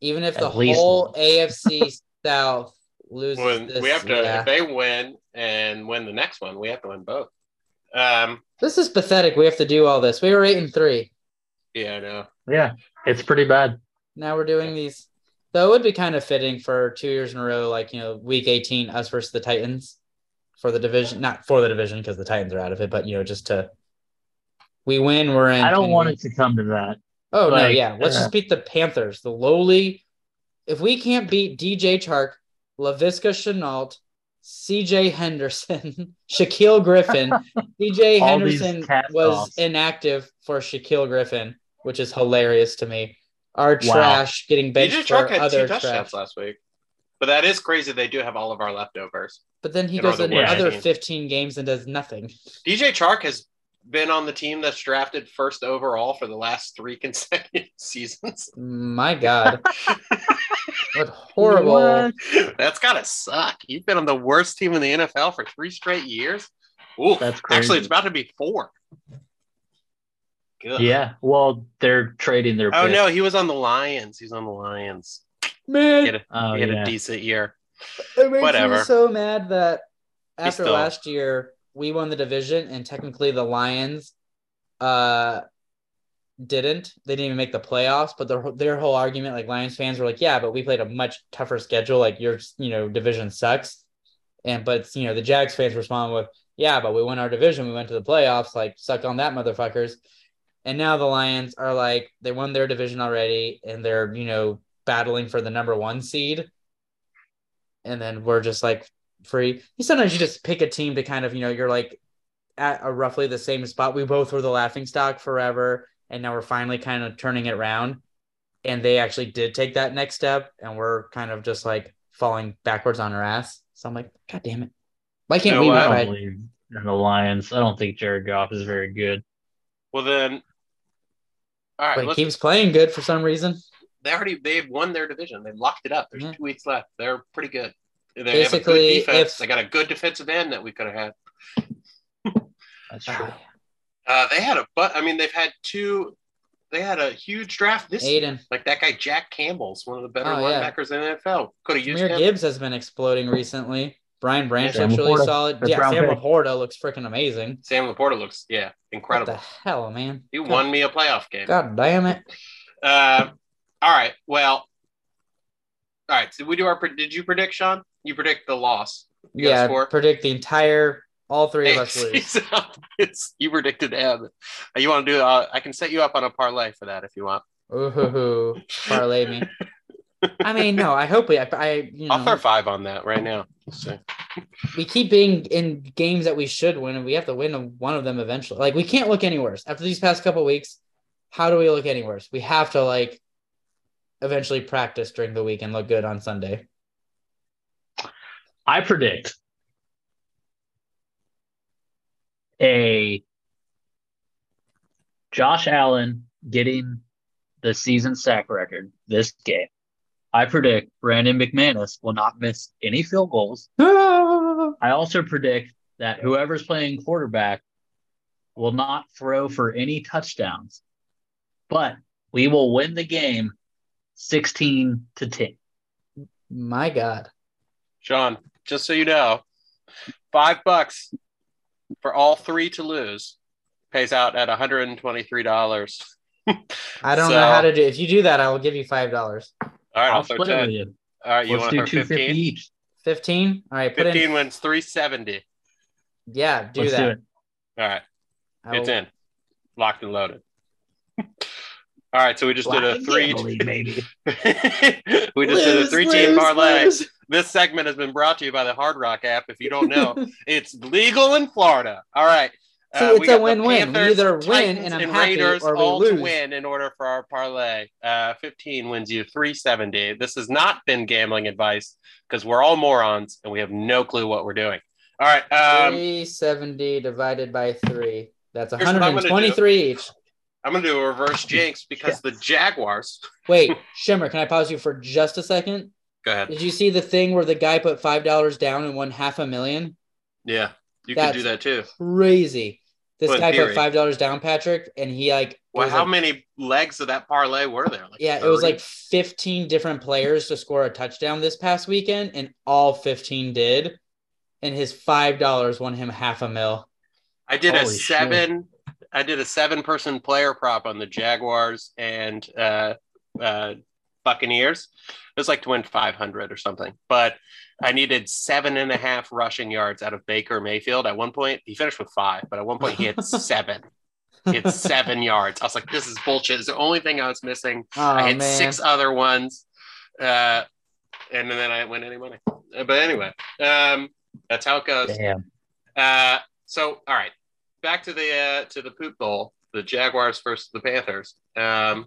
Speaker 1: even if
Speaker 2: At
Speaker 1: the
Speaker 2: least
Speaker 1: whole
Speaker 2: one.
Speaker 1: AFC South loses
Speaker 3: When
Speaker 1: this,
Speaker 3: we have to,
Speaker 1: yeah.
Speaker 3: if they win and win the next one, we have to win both. Um.
Speaker 1: this is pathetic. We have to do all this. We were eight and three.
Speaker 3: Yeah. I know.
Speaker 2: Yeah, it's pretty bad.
Speaker 1: Now we're doing these. Though it would be kind of fitting for two years in a row, like you know, week eighteen, us versus the Titans for the division. Not for the division because the Titans are out of it, but you know, just to we win, we're in.
Speaker 2: I don't
Speaker 1: and
Speaker 2: want
Speaker 1: we-
Speaker 2: it to come to that.
Speaker 1: Oh no,
Speaker 2: Like,
Speaker 1: yeah. Let's
Speaker 2: uh,
Speaker 1: just beat the Panthers, the lowly. If we can't beat DJ Chark, Lavisca Chenault, CJ Henderson, Shaquille Griffin, CJ
Speaker 2: All these
Speaker 1: Henderson
Speaker 2: cast
Speaker 1: was
Speaker 2: offs.
Speaker 1: inactive for Shaquille Griffin, which is hilarious to me. Our
Speaker 2: Wow.
Speaker 1: trash getting
Speaker 3: DJ
Speaker 1: benched for
Speaker 3: Chuck had two
Speaker 1: other
Speaker 3: touchdowns
Speaker 1: trash.
Speaker 3: last week, but that is crazy. They do have all of our leftovers.
Speaker 1: But then he
Speaker 3: and are
Speaker 1: goes
Speaker 3: the
Speaker 2: worst
Speaker 1: another
Speaker 3: team.
Speaker 1: 15 games and does nothing.
Speaker 3: DJ Chark has been on the team that's drafted first overall for the last three consecutive seasons.
Speaker 1: My God. what horrible.
Speaker 2: What?
Speaker 3: that's gotta suck. You've been on the worst team in the NFL for three straight years. Ooh,
Speaker 2: That's
Speaker 3: actually,
Speaker 2: crazy.
Speaker 3: it's about to be four. Good.
Speaker 2: Yeah. Well, they're trading their.
Speaker 3: Oh
Speaker 2: pick.
Speaker 3: no, he was on the Lions. He's on the Lions.
Speaker 1: Man,
Speaker 2: Oh,
Speaker 3: he had
Speaker 2: yeah.
Speaker 3: a decent year.
Speaker 1: It makes me
Speaker 3: Whatever.
Speaker 1: so mad that after
Speaker 3: still-
Speaker 1: last year we won the division and technically the Lions uh didn't. They didn't even make the playoffs, but their their whole argument like Lions fans were like, "Yeah, but we played a much tougher schedule. Like your, you know, division sucks." And but you know, the Jags fans respond with, "Yeah, but we won our division. We went to the playoffs. Like suck on that motherfuckers." And now the Lions are like they won their division already and they're, you know, battling for the number 1 seed and then we're just like free. Sometimes you just pick a team to kind of, you know, you're like at a roughly the same spot. We both were the laughing stock forever, and now we're finally kind of turning it around. And they actually did take that next step, and we're kind of just like falling backwards on our ass. So I'm like, God damn it. Why can't
Speaker 3: No,
Speaker 1: we
Speaker 3: I
Speaker 2: I don't
Speaker 1: ride?
Speaker 2: believe in the Lions. I don't think Jared Goff is very good.
Speaker 3: Well then, all right.
Speaker 1: But he
Speaker 3: let's-
Speaker 1: keeps playing good for some reason.
Speaker 3: they already they've won their division. They locked it up. There's
Speaker 1: Yeah.
Speaker 3: two weeks left. They're pretty good. They
Speaker 1: Basically,
Speaker 3: have a good defense.
Speaker 1: if-
Speaker 3: they got a good defensive end that we could have had.
Speaker 2: That's true.
Speaker 1: Ah,
Speaker 3: Uh, they had a but. I mean, they've had two. They had a huge draft this year.
Speaker 1: Aiden.
Speaker 3: Like that guy Jack Campbell's one of the better
Speaker 1: Oh, yeah.
Speaker 3: linebackers in the NFL. Could have used
Speaker 1: Samir
Speaker 3: him.
Speaker 1: Gibbs has been exploding recently. Brian Branch
Speaker 2: Sam
Speaker 1: looks really
Speaker 2: Laporta,
Speaker 1: solid.
Speaker 2: the
Speaker 1: Yeah,
Speaker 2: Brown
Speaker 1: Sam
Speaker 2: pick.
Speaker 1: Laporta looks freaking amazing.
Speaker 3: Sam Laporta looks yeah incredible.
Speaker 1: What the hell, man?
Speaker 3: He
Speaker 1: God-
Speaker 3: won me a playoff game.
Speaker 1: God damn it.
Speaker 3: Uh, all right. Well. All right. Did we do our? pre- Did you predict Sean? You predict the loss. You got a
Speaker 1: yeah,
Speaker 3: score?
Speaker 1: predict the entire all three of us
Speaker 3: Hey,
Speaker 1: lose.
Speaker 3: South, it's- you predicted M. Uh, You want to do? Uh, I can set you up on a parlay for that if you want.
Speaker 1: Ooh, hoo, hoo. parlay me. I mean, no, I hope we. I, I you
Speaker 3: I'll
Speaker 1: know,
Speaker 3: throw five on that right now. So,
Speaker 1: we keep being in games that we should win, and we have to win one of them eventually. Like we can't look any worse after these past couple weeks. How do we look any worse? We have to like eventually practice during the week and look good on Sunday.
Speaker 2: I predict a Josh Allen getting the season sack record this game. I predict Brandon McManus will not miss any field goals.
Speaker 1: Ah!
Speaker 2: I also predict that whoever's playing quarterback will not throw for any touchdowns, but we will win the game 16 to 10.
Speaker 1: My God,
Speaker 3: John, just so you know, five bucks for all three to lose pays out at one hundred and twenty-three dollars. all right,
Speaker 1: I don't
Speaker 3: So-
Speaker 1: know how to do. If you do that, I will give you five dollars.
Speaker 3: I'll,
Speaker 2: I'll
Speaker 3: throw
Speaker 2: split it with
Speaker 3: ten.
Speaker 2: you.
Speaker 3: All right, you
Speaker 2: Let's
Speaker 3: want
Speaker 2: do
Speaker 3: to throw
Speaker 2: 250
Speaker 3: fifteen?
Speaker 2: each.
Speaker 1: Fifteen. All right, put
Speaker 3: Fifteen
Speaker 1: in.
Speaker 3: wins three seventy.
Speaker 1: Yeah, do
Speaker 2: Let's
Speaker 1: that.
Speaker 2: do it.
Speaker 3: All right,
Speaker 1: I
Speaker 3: it's
Speaker 1: will-
Speaker 3: in, locked and loaded. all right, so we just did a three.
Speaker 2: baby.
Speaker 3: we just did a three-team parlay. This segment has been brought to you by the Hard Rock app. If you don't know, it's legal in Florida. All right. Uh,
Speaker 1: See, it's
Speaker 3: we
Speaker 1: a
Speaker 3: got the
Speaker 1: win-win. We
Speaker 3: Panthers,
Speaker 1: either win
Speaker 3: Titans,
Speaker 1: and I'm happy, or we
Speaker 3: all
Speaker 1: lose.
Speaker 3: to win in order for our parlay. Uh, 15 wins you 370. This has not been gambling advice because we're all morons and we have no clue what we're doing. All right. Um,
Speaker 1: 370 divided by three. That's
Speaker 3: Here's what I'm gonna do.
Speaker 1: 123 each.
Speaker 3: I'm going to do a reverse jinx because the Jaguars.
Speaker 1: Wait, Shimmer, can I pause you for just a second?
Speaker 3: Go ahead.
Speaker 1: Did you see the thing where the guy put five dollars down and won half a million?
Speaker 3: Yeah. You
Speaker 1: That's-
Speaker 3: could do that too.
Speaker 1: Crazy. This
Speaker 3: Well, in
Speaker 1: guy
Speaker 3: theory.
Speaker 1: put five dollars down, Patrick, and he like it
Speaker 3: Well,
Speaker 1: was
Speaker 3: how
Speaker 1: like-
Speaker 3: many legs of that parlay were there? Like
Speaker 1: yeah, it was
Speaker 3: 30?
Speaker 1: like 15 different players to score a touchdown this past weekend, and all 15 did. And his five dollars won him half a mil.
Speaker 3: I did a
Speaker 2: Holy shit.
Speaker 3: seven. I did a seven-person player prop on the Jaguars and uh, uh, Buccaneers. It was like to win five hundred or something, but I needed seven and a half rushing yards out of Baker Mayfield. At one point, he finished with five, but at one point he had seven. He had seven yards. I was like, "This is bullshit." It's the only thing I was missing.
Speaker 1: Oh
Speaker 3: I had
Speaker 1: man.
Speaker 3: six other ones, uh, and then I didn't win any money. Uh, But anyway, um, that's how it goes.
Speaker 2: Damn.
Speaker 3: Uh, so all right, back to the uh, to the poop bowl, the Jaguars versus the Panthers. Um,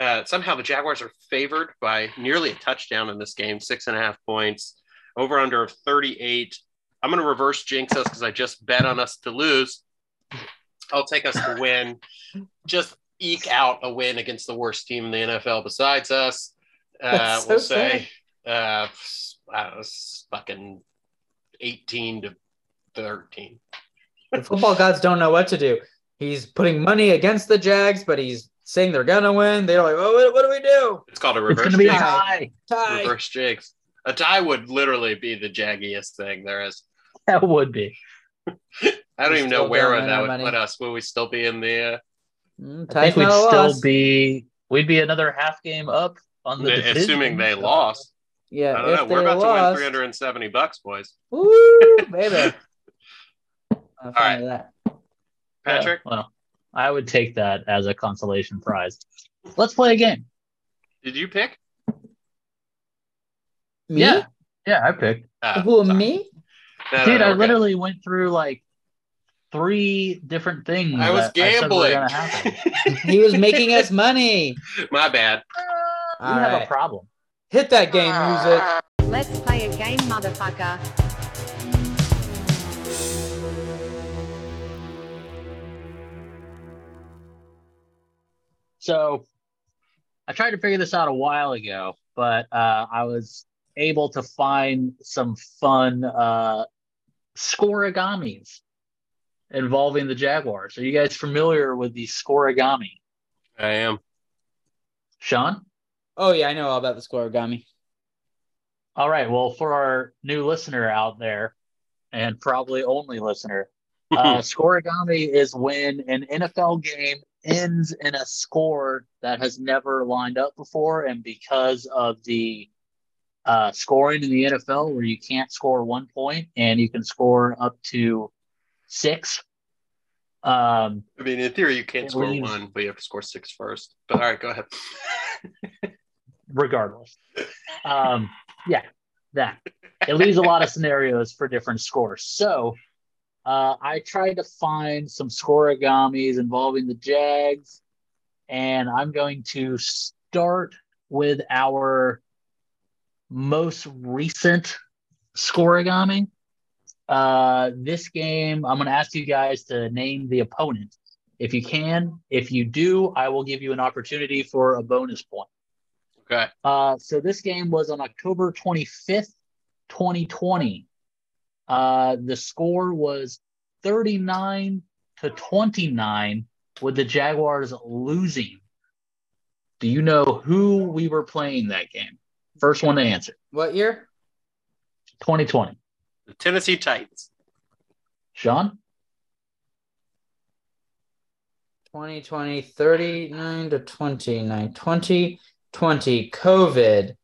Speaker 3: uh, somehow the Jaguars are favored by nearly a touchdown in this game, six and a half points, over under of thirty eight. I'm going to reverse jinx us because I just bet on us to lose. I'll take us to win. Just eke out a win against the worst team in the NFL besides us. Uh,
Speaker 1: That's so
Speaker 3: we'll say, uh, I don't know, s- fucking 18 to 13.
Speaker 1: the football gods don't know what to do. He's putting money against the Jags, but he's saying they're gonna win. They're like, oh, what, what do we do?
Speaker 3: It's called a
Speaker 2: It's
Speaker 3: reverse
Speaker 2: gonna be
Speaker 3: jinx.
Speaker 2: high.
Speaker 1: Tie.
Speaker 3: Reverse jinx. A tie would literally be the jaggiest thing there is.
Speaker 2: That would be.
Speaker 3: I don't
Speaker 1: We
Speaker 3: even know
Speaker 1: still
Speaker 3: where
Speaker 1: don't win
Speaker 3: that
Speaker 1: our
Speaker 3: would
Speaker 1: money.
Speaker 3: put us. Will we still be in the uh,
Speaker 1: Mm,
Speaker 2: I think
Speaker 1: tie's
Speaker 2: we'd
Speaker 1: not a
Speaker 2: still
Speaker 1: loss.
Speaker 2: be. We'd be another half game up on the. division.
Speaker 3: assuming they lost?
Speaker 1: Yeah,
Speaker 3: I don't know.
Speaker 1: if
Speaker 3: We're
Speaker 1: they
Speaker 3: about to win
Speaker 1: lost,
Speaker 3: 370 bucks, boys.
Speaker 1: Woo, baby. I'm fine with that.
Speaker 2: Yeah,
Speaker 3: Patrick,
Speaker 2: well, I would take that as a consolation prize. Let's play a game.
Speaker 3: did you pick?
Speaker 1: Me?
Speaker 2: Yeah. Yeah, I picked.
Speaker 3: Uh,
Speaker 1: Who
Speaker 3: sorry.
Speaker 1: me?
Speaker 3: No, no,
Speaker 2: Dude,
Speaker 3: no,
Speaker 2: I
Speaker 3: we're good.
Speaker 2: literally went through like three different things.
Speaker 3: I was
Speaker 2: that said were
Speaker 3: gambling.
Speaker 2: gonna happen.
Speaker 1: He was making us money.
Speaker 3: My bad.
Speaker 2: You
Speaker 1: All
Speaker 2: have a Ah.
Speaker 1: right.
Speaker 2: problem.
Speaker 1: Hit that game music.
Speaker 5: Let's play a game, motherfucker.
Speaker 2: So I tried to figure this out a while ago, but uh, I was able to find some fun uh, scorigamis involving the Jaguars. Are you guys familiar with the scorigami?
Speaker 3: I am.
Speaker 2: Sean?
Speaker 1: Oh yeah, I know all about the score origami.
Speaker 2: All right. Well, for our new listener out there, and probably only listener, uh, scoregami is when an NFL game ends in a score that has never lined up before, and because of the uh, scoring in the NFL, where you can't score one point and you can score up to six. Um,
Speaker 3: I mean, in theory, you can't
Speaker 2: It
Speaker 3: score
Speaker 2: leaves-
Speaker 3: one, but you have to score six first. But all right, go ahead.
Speaker 2: regardless. Um, yeah, that it leaves a lot of scenarios for different scores. So uh, I tried to find some scoregamis involving the Jags, and I'm going to start with our most recent scoregami. Uh, this game, I'm going to ask you guys to name the opponent. If you can, if you do, I will give you an opportunity for a bonus point.
Speaker 3: okay.
Speaker 2: Uh, so this game was on October 25th, 2020. Uh, the score was 39 to 29 with the Jaguars losing. Do you know who we were playing that game? First one to answer.
Speaker 1: What year?
Speaker 2: 2020.
Speaker 3: The Tennessee Titans.
Speaker 2: Sean?
Speaker 1: 2020, 39 to 29, 20, 20, COVID.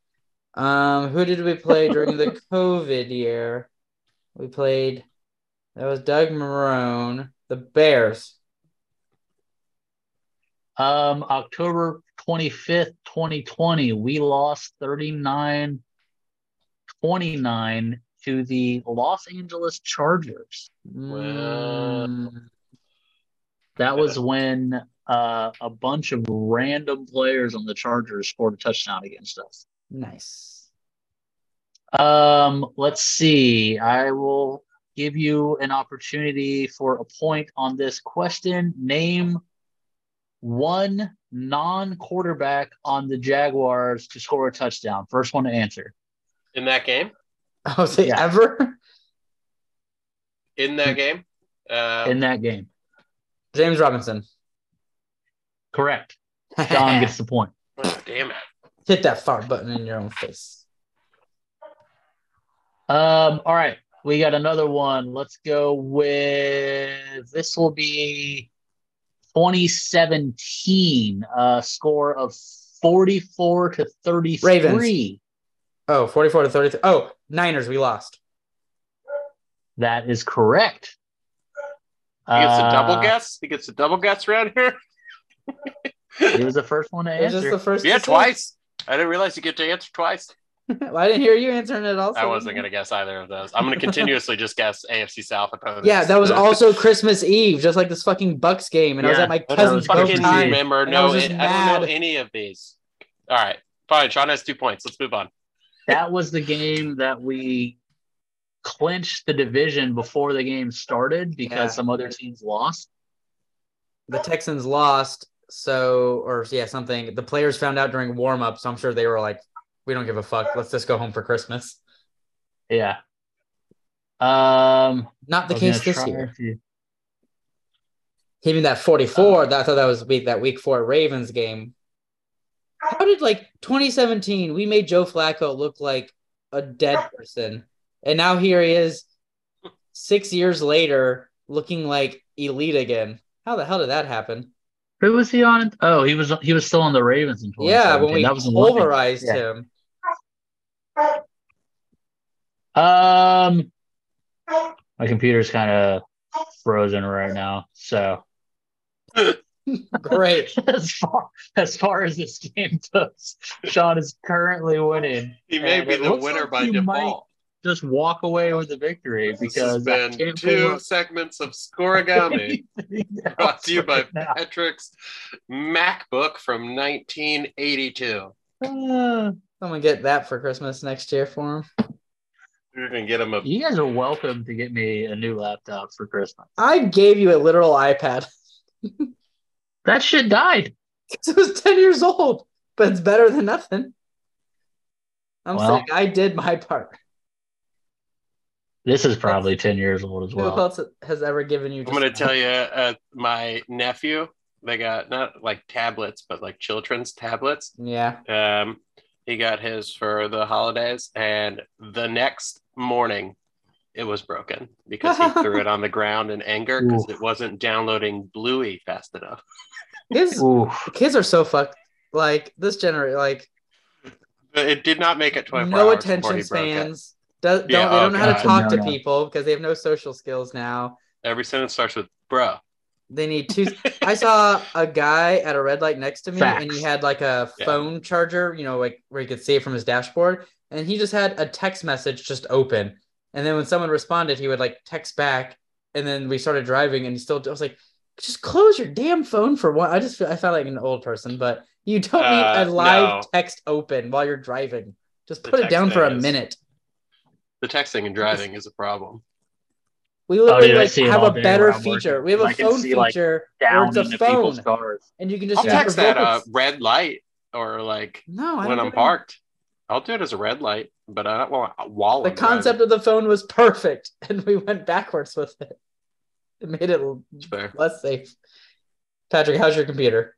Speaker 1: Um, who did we play during the COVID year? We played, that was Doug Marone, the Bears.
Speaker 2: Um, October 25th, 2020, we lost 39 29 to the Los Angeles Chargers. Mm.
Speaker 3: Wow.
Speaker 2: That was when uh, a bunch of random players on the Chargers scored a touchdown against us.
Speaker 1: Nice.
Speaker 2: Um, let's see. I will give you an opportunity for a point on this question. Name one non quarterback on the Jaguars to score a touchdown. First one to answer.
Speaker 3: in that game.
Speaker 1: Oh, say
Speaker 2: Yeah.
Speaker 1: ever?
Speaker 3: In that game. Uh,
Speaker 2: Hmm. in that game.
Speaker 1: James Robinson.
Speaker 2: Correct. John gets the point.
Speaker 3: oh, damn it.
Speaker 1: Hit that fart button in your own face.
Speaker 2: Um, all right. We got another one. Let's go with this will be 2017, uh score of 44 to 33.
Speaker 1: Oh, 44 to 33. Oh, Niners, we lost.
Speaker 2: That is correct.
Speaker 3: He gets a double
Speaker 2: Uh,
Speaker 3: guess. He gets a double guess around here.
Speaker 2: He was the first one to
Speaker 1: It was just
Speaker 2: answer.
Speaker 1: the first.
Speaker 3: Yeah,
Speaker 1: to say.
Speaker 3: twice. I didn't realize you get to answer twice.
Speaker 1: well, I didn't hear you answering it. Also,
Speaker 3: I wasn't gonna guess either of those. I'm gonna continuously just guess AFC South opponents.
Speaker 1: Yeah, that was
Speaker 3: Uh,
Speaker 1: also Christmas Eve, just like this fucking Bucks game, and I was
Speaker 2: Yeah,
Speaker 1: at my
Speaker 2: that
Speaker 3: I don't
Speaker 1: cousin's
Speaker 2: was
Speaker 1: both
Speaker 3: fucking
Speaker 2: Christmas Eve.
Speaker 1: times.
Speaker 3: remember.
Speaker 1: And I was
Speaker 3: No,
Speaker 1: just
Speaker 3: it, I don't
Speaker 1: mad.
Speaker 3: know any of these. All right, fine. Sean has two points. Let's move on.
Speaker 2: that was the game that we clinched the division before the game started because
Speaker 1: Yeah.
Speaker 2: some other teams lost.
Speaker 1: The Texans lost, so or yeah, something. The players found out during warm up, so I'm sure they were like, "We don't give a fuck. Let's just go home for Christmas."
Speaker 2: Yeah. Um
Speaker 1: Not the
Speaker 2: I was
Speaker 1: case
Speaker 2: gonna
Speaker 1: this
Speaker 2: try
Speaker 1: year.
Speaker 2: to-
Speaker 1: Even that 44,
Speaker 2: Uh-huh.
Speaker 1: that, I thought that was week that week four Ravens game. How did like 2017? We made Joe Flacco look like a dead person, and now here he is, six years later, looking like elite again. How the hell did that happen?
Speaker 2: Who was he on? Oh, he was he was still on the Ravens in
Speaker 1: Yeah, when
Speaker 2: 2017.
Speaker 1: we
Speaker 2: that was in London.
Speaker 1: pulverized
Speaker 2: Yeah.
Speaker 1: him.
Speaker 2: Um, my computer's kind of frozen right now. So
Speaker 1: Great.
Speaker 2: as far as far as this game goes, Sean is currently winning.
Speaker 3: He may
Speaker 2: And
Speaker 3: be
Speaker 2: it
Speaker 3: the
Speaker 2: looks
Speaker 3: winner
Speaker 2: like
Speaker 3: by
Speaker 2: he might
Speaker 3: default.
Speaker 2: Just walk away with the victory
Speaker 3: This
Speaker 2: because
Speaker 3: has
Speaker 2: I
Speaker 3: been
Speaker 2: can't
Speaker 3: two
Speaker 2: believe
Speaker 3: segments of Scorigami
Speaker 2: anything
Speaker 3: brought to you
Speaker 2: else
Speaker 3: by
Speaker 2: right now.
Speaker 3: Patrick's MacBook from 1982.
Speaker 2: Uh,
Speaker 1: I'm gonna get that for Christmas next year for him.
Speaker 3: You're gonna get him a.
Speaker 2: you guys are welcome to get me a new laptop for Christmas.
Speaker 1: I gave you a literal iPad
Speaker 2: That shit died.
Speaker 1: 'Cause it was 10 years old, but it's better than nothing. I'm
Speaker 2: Well.
Speaker 1: sick. I did my part.
Speaker 2: This is probably ten years old as well.
Speaker 1: Who else has ever given you?
Speaker 3: I'm gonna tell you, uh, my nephew. They got not like tablets, but like children's tablets.
Speaker 1: Yeah.
Speaker 3: Um, he got his for the holidays, and the next morning, it was broken because he threw it on the ground in anger because it wasn't downloading Bluey fast enough.
Speaker 1: Kids,
Speaker 2: Ooh.
Speaker 1: kids are so fucked. Like this generation, like
Speaker 3: But it did not make it 24
Speaker 1: no
Speaker 3: hours before
Speaker 1: attention
Speaker 3: he broke it.
Speaker 1: spans. Do, don't,
Speaker 3: Yeah,
Speaker 1: they
Speaker 3: oh
Speaker 1: don't know how to
Speaker 2: God.
Speaker 1: talk to
Speaker 2: No, no.
Speaker 1: people because they have no social skills now.
Speaker 3: Every sentence starts with "bro."
Speaker 1: They need two. I saw a guy at a red light next to me, and he
Speaker 2: Facts.
Speaker 1: had like a
Speaker 3: Yeah.
Speaker 1: phone charger, you know, like where you could see it from his dashboard, and he just had a text message just open. And then when someone responded, he would like text back, and then we started driving, and he still. I was like, just close your damn phone for one. I just feel, I felt like an old person, but you don't need a
Speaker 3: Uh,
Speaker 1: live
Speaker 3: no.
Speaker 1: text open while you're driving. Just
Speaker 3: The
Speaker 1: put it
Speaker 3: text
Speaker 1: down for a
Speaker 3: thing is-
Speaker 1: minute.
Speaker 3: The texting and driving is a problem.
Speaker 1: We
Speaker 2: Oh,
Speaker 1: literally
Speaker 2: dude, I
Speaker 1: like,
Speaker 2: see it
Speaker 1: have
Speaker 2: all
Speaker 1: a
Speaker 2: day
Speaker 1: better
Speaker 2: where I'm working.
Speaker 1: feature. We have a
Speaker 2: I can
Speaker 1: phone
Speaker 2: see, like,
Speaker 1: feature where
Speaker 2: Down
Speaker 1: it's a
Speaker 2: into
Speaker 1: phone,
Speaker 2: people's cars.
Speaker 1: and you can just
Speaker 3: I'll
Speaker 1: use your
Speaker 3: text that a
Speaker 1: voice.
Speaker 3: red light or like
Speaker 1: No, Oh, I
Speaker 3: when
Speaker 1: don't
Speaker 3: I'm
Speaker 1: do that.
Speaker 3: parked. I'll do it as a red light, but I don't want while
Speaker 1: The
Speaker 3: I'm driving.
Speaker 1: concept of the phone was perfect, and we went backwards with it. It made it l-
Speaker 3: It's fair.
Speaker 1: less safe. Patrick, how's your computer?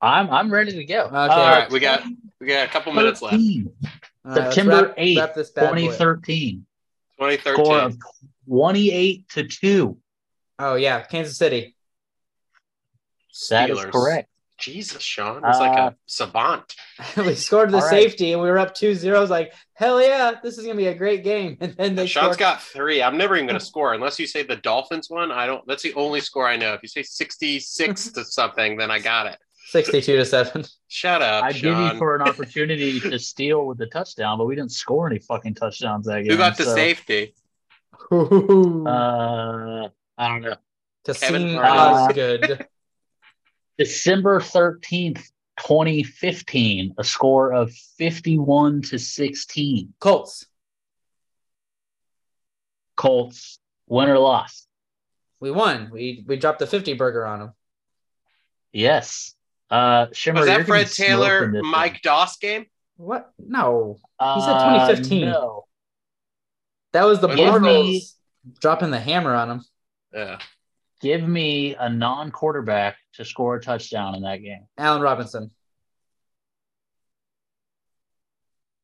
Speaker 2: I'm I'm ready to go.
Speaker 1: Okay.
Speaker 3: All
Speaker 1: Uh,
Speaker 3: right, we got we got a couple minutes left.
Speaker 2: 13,
Speaker 1: All right, let's
Speaker 2: September
Speaker 1: wrap-
Speaker 2: 8th,
Speaker 1: wrap this bad boy up.
Speaker 2: 2013. Score
Speaker 3: 2013.
Speaker 2: of 28 to 2.
Speaker 1: Oh yeah, Kansas City.
Speaker 2: That is
Speaker 3: Steelers.
Speaker 2: correct.
Speaker 3: Jesus, Sean. It's like
Speaker 2: Uh,
Speaker 3: a savant.
Speaker 1: we scored the
Speaker 2: All right.
Speaker 1: safety, and we were up 2-0. I was like, hell yeah, this is gonna be a great game. And then they Oh.
Speaker 3: Sean's
Speaker 1: scored.
Speaker 3: got three. I'm never even going to score unless you say the Dolphins one. I don't. That's the only score I know. If you say 66 to something, then I got it.
Speaker 1: 62 to 7.
Speaker 3: Shut up,
Speaker 2: I give you
Speaker 3: Sean.
Speaker 2: for an opportunity to steal with the touchdown, but we didn't score any fucking touchdowns that game.
Speaker 3: Who got the
Speaker 2: so,
Speaker 3: safety?
Speaker 2: Uh, I don't know.
Speaker 1: Cassim
Speaker 3: Kevin
Speaker 1: Uh, Osgood.
Speaker 2: December 13th, 2015, a score of 51 to 16.
Speaker 1: Colts.
Speaker 2: Colts win or loss.
Speaker 1: We won. We we dropped the 50 burger on them.
Speaker 2: Yes. Uh, Shimmer, you're
Speaker 3: Was that
Speaker 2: gonna
Speaker 3: Fred
Speaker 2: be smoking
Speaker 3: Taylor,
Speaker 2: this
Speaker 3: Mike
Speaker 2: one.
Speaker 3: Doss game?
Speaker 1: What? No.
Speaker 2: Uh,
Speaker 1: He said 2015.
Speaker 2: no.
Speaker 1: That was the
Speaker 3: Give me-
Speaker 1: Bengals dropping the hammer on them.
Speaker 3: Yeah.
Speaker 2: Give me a non quarterback to score a touchdown in that game.
Speaker 1: Allen Robinson.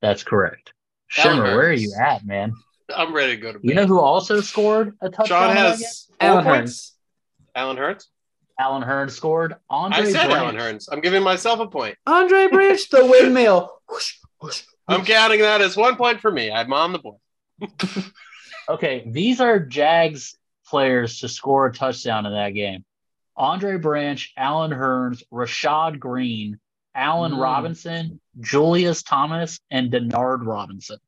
Speaker 2: That's correct.
Speaker 3: That
Speaker 2: Shimmer, where are
Speaker 3: hurts.
Speaker 2: you at, man?
Speaker 3: I'm ready to go to bed.
Speaker 2: You know who also scored a touchdown?
Speaker 3: Sean
Speaker 2: in that game?
Speaker 3: has four
Speaker 1: Allen
Speaker 3: points.
Speaker 1: Hurts.
Speaker 3: Alan Hurts.
Speaker 2: Alan Hearn scored. Andre
Speaker 3: I said
Speaker 2: Branch.
Speaker 3: Alan Hurts. I'm giving myself a point.
Speaker 1: Andre Branch, the windmill. Whoosh, whoosh.
Speaker 3: I'm counting that as one point for me. I'm on the board.
Speaker 2: Okay, these are Jags players to score a touchdown in that game. Andre Branch, Alan Hearns, Rashad Green, Alan
Speaker 1: Mm.
Speaker 2: Robinson, Julius Thomas, and Denard Robinson.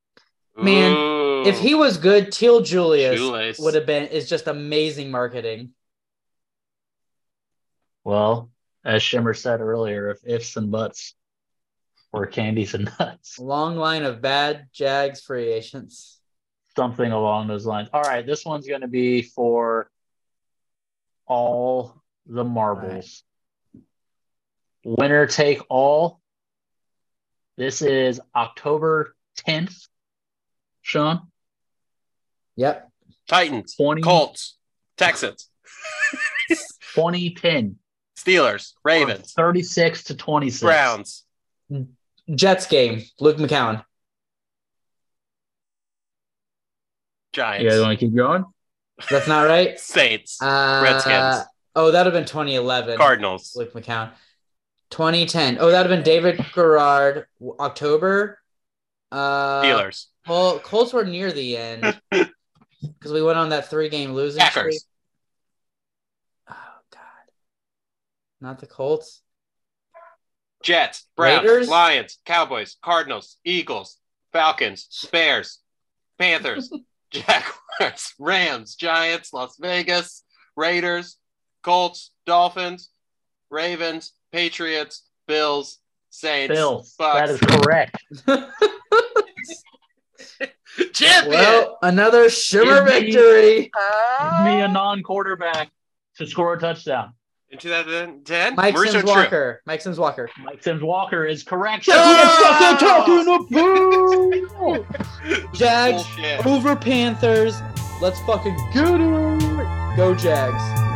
Speaker 1: Man,
Speaker 3: Ooh.
Speaker 1: If he was good, Teal Julius
Speaker 3: Shoelace.
Speaker 1: would have been is just amazing marketing.
Speaker 2: Well, as Shimmer said earlier, if ifs and buts were candies and nuts,
Speaker 1: Long line of bad Jags free agents.
Speaker 2: something along those lines. All right, this one's going to be for all the marbles. Winner take all. This is October 10th, Sean.
Speaker 1: Yep.
Speaker 3: Titans,
Speaker 2: 20,
Speaker 3: Colts, Texans,
Speaker 2: 2010.
Speaker 3: Steelers, Ravens,
Speaker 2: 36 to 26.
Speaker 3: Browns,
Speaker 1: Jets game. Luke McCown.
Speaker 2: You guys
Speaker 3: Giants,
Speaker 2: want to keep going?
Speaker 1: That's not right.
Speaker 3: Saints,
Speaker 1: Uh,
Speaker 3: Redskins.
Speaker 1: Oh, that'd have been 2011.
Speaker 3: Cardinals,
Speaker 1: Luke McCown. 2010. Oh, that'd have been David Garrard. October. Uh,
Speaker 3: Steelers,
Speaker 1: Well, Colts were near the end because we went on that three-game losing streak.
Speaker 3: Packers,
Speaker 1: Oh God, not the Colts.
Speaker 3: Jets, Browns,
Speaker 1: Raiders?
Speaker 3: Lions, Cowboys, Cardinals, Eagles, Falcons, Bears, Panthers, Jaguars, Rams, Giants, Las Vegas, Raiders, Colts, Dolphins, Ravens, Patriots, Bills, Saints,
Speaker 2: Bill, that
Speaker 3: Bucks.
Speaker 2: is correct.
Speaker 3: Champion.
Speaker 1: Well, another shimmer
Speaker 2: Give me-
Speaker 1: victory.
Speaker 3: Oh.
Speaker 2: Give me a non quarterback to score a touchdown.
Speaker 3: in 2010,
Speaker 1: Mike
Speaker 3: Mauricio
Speaker 1: Sims
Speaker 3: Tripp.
Speaker 1: Walker. Mike Sims Walker. Ah!
Speaker 2: Mike Sims Walker is correct.
Speaker 3: Yes, I'm
Speaker 1: about. Jags
Speaker 3: Bullshit.
Speaker 1: over Panthers. Let's fucking get it. Go Jags.